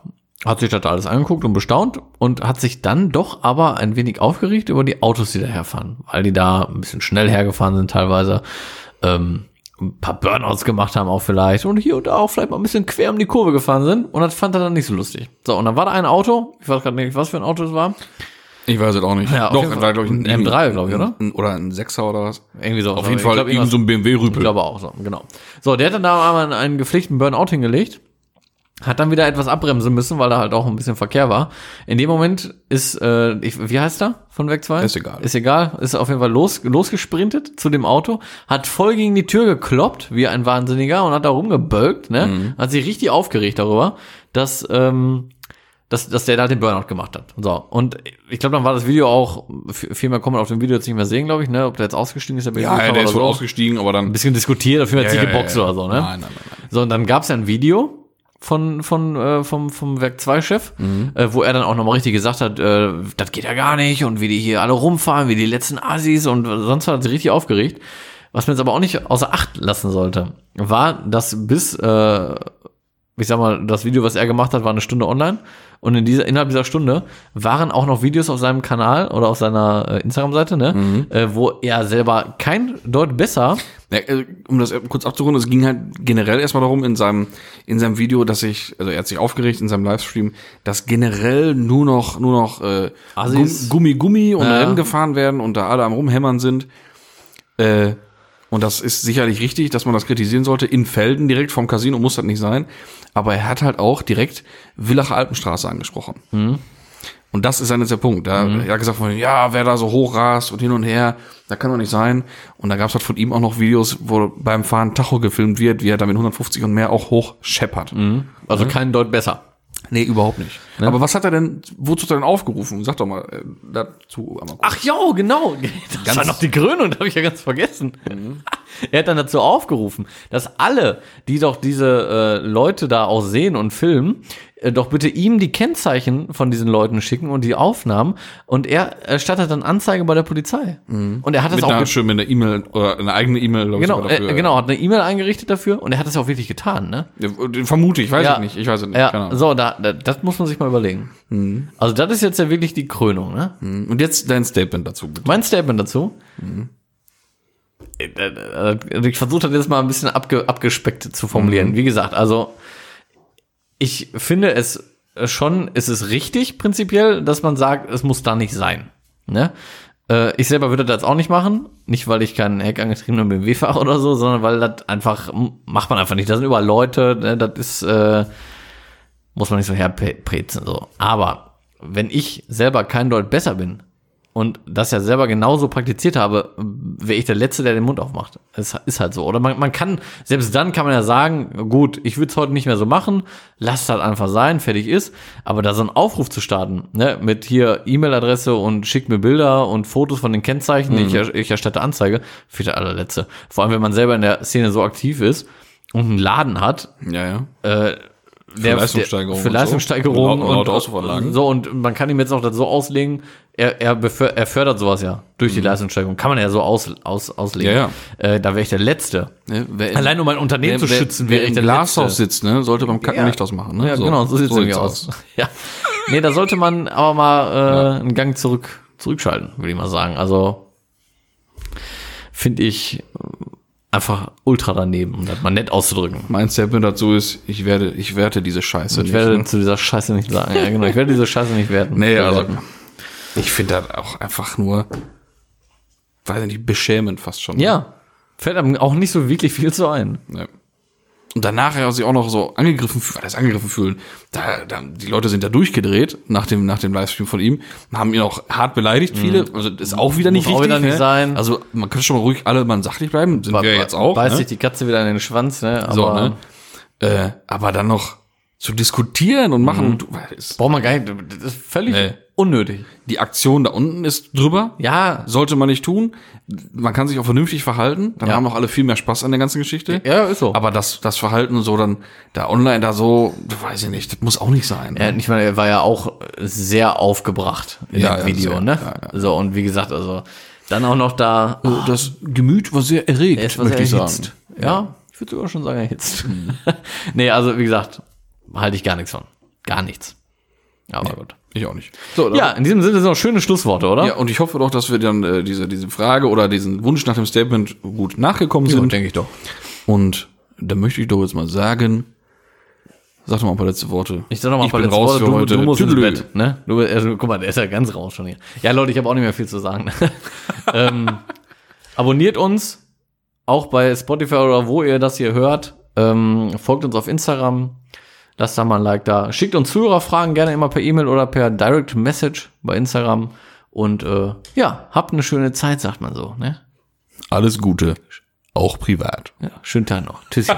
Speaker 2: hat sich das alles angeguckt und bestaunt und hat sich dann doch aber ein wenig aufgeregt über die Autos, die da herfahren, weil die da ein bisschen schnell hergefahren sind teilweise. Ähm, ein paar Burnouts gemacht haben auch vielleicht und hier und da auch vielleicht mal ein bisschen quer um die Kurve gefahren sind und das fand er dann nicht so lustig. So, und dann war da ein Auto, ich weiß gerade nicht, was für ein Auto es war.
Speaker 1: Ich weiß es auch nicht.
Speaker 2: Ja, auf jeden
Speaker 1: es
Speaker 2: Fall.
Speaker 1: war, glaub ich,
Speaker 2: Ein M3, glaub ich, oder?
Speaker 1: Ein, oder ein Sechser oder was?
Speaker 2: Irgendwie so.
Speaker 1: Auf jeden Fall
Speaker 2: ich glaub,
Speaker 1: irgend so ein
Speaker 2: Ich
Speaker 1: BMW-Rüpel.
Speaker 2: glaube auch so, genau. So, der hat dann da einmal einen gepflichten Burnout hingelegt, hat dann wieder etwas abbremsen müssen, weil da halt auch ein bisschen Verkehr war. In dem Moment ist, äh, ich, wie heißt er von Weg 2?
Speaker 1: Ist egal.
Speaker 2: Ist egal, ist auf jeden Fall los, losgesprintet zu dem Auto, hat voll gegen die Tür gekloppt, wie ein Wahnsinniger, und hat da rumgebölkt, ne?
Speaker 1: Mhm.
Speaker 2: Hat sich richtig aufgeregt darüber, dass, ähm, dass, dass der da den Burnout gemacht hat. So. Und ich glaube, dann war das Video auch, viel viel mehr kann man auf dem Video jetzt nicht mehr sehen, glaube ich, ne? Ob der jetzt ausgestiegen ist, der
Speaker 1: Ja, ja,
Speaker 2: Bildschirmkamera
Speaker 1: der ist
Speaker 2: oder
Speaker 1: wohl
Speaker 2: so
Speaker 1: ausgestiegen, aber
Speaker 2: ein
Speaker 1: dann.
Speaker 2: bisschen diskutiert, dafür hat
Speaker 1: Ja,
Speaker 2: sich
Speaker 1: ja,
Speaker 2: geboxt
Speaker 1: ja, ja.
Speaker 2: oder so, ne?
Speaker 1: Nein, nein, nein, nein.
Speaker 2: So, und dann gab's ja ein Video von, von, äh, vom, vom Werk 2-Chef, äh, wo er dann auch nochmal richtig gesagt hat, äh, das geht ja gar nicht und wie die hier alle rumfahren, wie die letzten Assis und sonst hat er sich richtig aufgeregt. Was man jetzt aber auch nicht außer Acht lassen sollte, war, dass bis, äh, ich sag mal, das Video, was er gemacht hat, war eine Stunde online. Und in dieser, innerhalb dieser Stunde waren auch noch Videos auf seinem Kanal oder auf seiner äh, Instagram-Seite, ne? Äh, wo er selber kein Deut besser
Speaker 1: Ja, äh, um das kurz abzurunden, es ging halt generell erstmal darum in seinem, in seinem Video, dass ich, also er hat sich aufgeregt in seinem Livestream, dass generell nur noch, nur noch äh, Gum-
Speaker 2: Assis.
Speaker 1: Gummi Gummi und
Speaker 2: Ja.
Speaker 1: Rennen gefahren werden und da alle am rumhämmern sind. Äh, und das ist sicherlich richtig, dass man das kritisieren sollte. In Felden direkt vom Casino muss das nicht sein. Aber er hat halt auch direkt Villacher Alpenstraße angesprochen. Und das ist dann jetzt der Punkt. Da er hat gesagt von, ja, wer da so hoch rast und hin und her, da kann doch nicht sein. Und da gab es halt von ihm auch noch Videos, wo beim Fahren Tacho gefilmt wird, wie er da mit 150 und mehr auch hoch scheppert.
Speaker 2: Also kein Deut besser.
Speaker 1: Nee, überhaupt nicht. Aber was hat er denn, wozu hat er denn aufgerufen? Sag doch mal äh, dazu einmal kurz.
Speaker 2: Ach ja, genau. Das war noch die Krönung, da habe ich ja ganz vergessen.
Speaker 1: Mhm.
Speaker 2: Er hat dann dazu aufgerufen, dass alle, die doch diese äh, Leute da auch sehen und filmen, äh, doch bitte ihm die Kennzeichen von diesen Leuten schicken und die Aufnahmen. Und er erstattet dann Anzeige bei der Polizei. Und er hat
Speaker 1: Mhm.
Speaker 2: das
Speaker 1: Mit
Speaker 2: auch
Speaker 1: einer,
Speaker 2: ge-
Speaker 1: schön mit einer E-Mail oder eine eigene E-Mail. glaub ich,
Speaker 2: genau,
Speaker 1: sogar dafür.
Speaker 2: äh, genau, hat eine E-Mail eingerichtet dafür und er hat das auch wirklich getan, ne?
Speaker 1: Ja, Äh, Vermute ich, weiß
Speaker 2: Ja.
Speaker 1: ich nicht. Ich weiß es nicht. keine
Speaker 2: Ja, Also-
Speaker 1: Ahnung. Mhm.
Speaker 2: so, da, da, das muss man sich mal überlegen. Also das ist jetzt ja wirklich die Krönung, ne?
Speaker 1: Und jetzt dein Statement dazu, bitte.
Speaker 2: Mein Statement dazu. Äh, äh, Ich versuche das jetzt mal ein bisschen abge, abgespeckt zu formulieren. Wie gesagt, also ich finde es äh, schon, es ist richtig prinzipiell, dass man sagt, es muss da nicht sein. Ne? Äh, Ich selber würde das auch nicht machen. Nicht, weil ich keinen Heck angetriebenen BMW fahre oder so, sondern weil das einfach, m- macht man einfach nicht. Da sind überall Leute, ne, das ist, äh, muss man nicht so herprezen. So. Aber wenn ich selber kein Deut besser bin, und das ja selber genauso praktiziert habe, wäre ich der Letzte, der den Mund aufmacht. Es ist halt so. Oder man, man kann, selbst dann kann man ja sagen, gut, ich würde es heute nicht mehr so machen, lasst halt einfach sein, fertig ist. Aber da so einen Aufruf zu starten, ne, mit hier E-Mail-Adresse und schickt mir Bilder und Fotos von den Kennzeichen, die ich, er- ich erstatte Anzeige, für der allerletzte. Vor allem, wenn man selber in der Szene so aktiv ist und einen Laden hat,
Speaker 1: Ja, ja.
Speaker 2: der-
Speaker 1: Leistungssteigerung
Speaker 2: Der, für
Speaker 1: und so.
Speaker 2: Leistungssteigerung
Speaker 1: Und laut- laute Auspuffanlagen.
Speaker 2: So, und man kann ihm jetzt noch das so auslegen, er, er, beför, er fördert sowas ja durch die Leistungssteigerung. Kann man ja so aus, aus, auslegen.
Speaker 1: Mhm. Ja,
Speaker 2: Äh, da wäre ich der Letzte.
Speaker 1: Ne, wer-
Speaker 2: Allein um mein
Speaker 1: wer,
Speaker 2: Unternehmen zu schützen,
Speaker 1: wer,
Speaker 2: wäre
Speaker 1: wer
Speaker 2: ich
Speaker 1: im
Speaker 2: der
Speaker 1: Glashaus
Speaker 2: Letzte.
Speaker 1: sitzt, ne, sollte beim Kacken
Speaker 2: Ja.
Speaker 1: nicht ausmachen. Ne?
Speaker 2: Ja, genau, so sieht es
Speaker 1: sieht's
Speaker 2: nämlich aus. Ja. Nee, da sollte man aber mal äh, einen Gang zurück, zurückschalten, würde ich mal sagen. Also finde ich äh, einfach ultra daneben, um das mal nett auszudrücken.
Speaker 1: Mein Statement dazu ist, ich werde, ich werte diese Scheiße
Speaker 2: Ich
Speaker 1: nicht.
Speaker 2: werde
Speaker 1: ne?
Speaker 2: zu dieser Scheiße nicht sagen. Ja, genau. Ich werde diese Scheiße nicht werten.
Speaker 1: Nee, also
Speaker 2: Bewerten.
Speaker 1: ich finde das auch einfach nur, weiß ich nicht, beschämend fast schon.
Speaker 2: Ja. Fällt einem auch nicht so wirklich viel zu ein.
Speaker 1: Nee. Und danach ja sich auch noch so angegriffen, fühlen- das angegriffen fühlen. Da, da, die Leute sind da durchgedreht nach dem, nach dem Livestream von ihm, haben ihn auch hart beleidigt, viele. Also das ist auch wieder nicht
Speaker 2: Mhm. Muss auch
Speaker 1: richtig.
Speaker 2: wieder nicht
Speaker 1: ne?
Speaker 2: sein.
Speaker 1: Also man kann schon mal ruhig alle mal sachlich bleiben, sind wir jetzt auch.
Speaker 2: Beißt
Speaker 1: ne?
Speaker 2: sich die Katze wieder in den Schwanz, ne? Aber
Speaker 1: so, ne? äh, aber dann noch zu diskutieren und
Speaker 2: Mhm.
Speaker 1: machen, du, ist,
Speaker 2: braucht man gar nicht. Das ist völlig
Speaker 1: Nee.
Speaker 2: unnötig.
Speaker 1: die Aktion da unten ist drüber.
Speaker 2: Ja.
Speaker 1: Sollte man nicht tun. Man kann sich auch vernünftig verhalten. Dann
Speaker 2: Ja.
Speaker 1: haben auch alle viel mehr Spaß an der ganzen Geschichte.
Speaker 2: Ja, ist so.
Speaker 1: Aber das, das Verhalten so dann da online da so, weiß ich nicht, das muss auch nicht sein. ne?
Speaker 2: Er, ich meine, er war ja auch sehr aufgebracht in
Speaker 1: Ja, ja,
Speaker 2: dem Video,
Speaker 1: sehr.
Speaker 2: ne?
Speaker 1: Ja,
Speaker 2: So, und wie gesagt, also dann auch noch da.
Speaker 1: Also Das Gemüt war sehr erregt,
Speaker 2: Er ist was
Speaker 1: möchte ich sagen.
Speaker 2: erhitzt. Ja, ich würde sogar schon sagen, erhitzt.
Speaker 1: Mhm.
Speaker 2: nee, also wie gesagt, halte ich gar nichts von. Gar nichts. Aber gut.
Speaker 1: Ich auch nicht. So,
Speaker 2: Ja, in diesem Sinne sind noch schöne Schlussworte, oder?
Speaker 1: ja, und ich hoffe doch, dass wir dann äh, diese, diese Frage oder diesen Wunsch nach dem Statement gut nachgekommen sind.
Speaker 2: ich doch.
Speaker 1: Und da möchte ich doch jetzt mal sagen, sag doch mal ein paar letzte Worte.
Speaker 2: Ich sag nochmal,
Speaker 1: ich bin raus für
Speaker 2: du,
Speaker 1: heute.
Speaker 2: du musst ins
Speaker 1: Tüdelü.
Speaker 2: Bett. Ne? Du, also, guck mal, der ist ja ganz raus schon hier. Ja, Leute, ich habe auch nicht mehr viel zu sagen. ähm, abonniert uns, auch bei Spotify oder wo ihr das hier hört. Ähm, folgt uns auf Instagram. Lasst da mal ein Like da. Schickt uns Zuhörerfragen gerne immer per E-Mail oder per Direct Message bei Instagram. Und äh, ja, habt eine schöne Zeit, sagt man so. Ne?
Speaker 1: Alles Gute, auch privat.
Speaker 2: Ja, schönen Tag noch. Tschüsschen.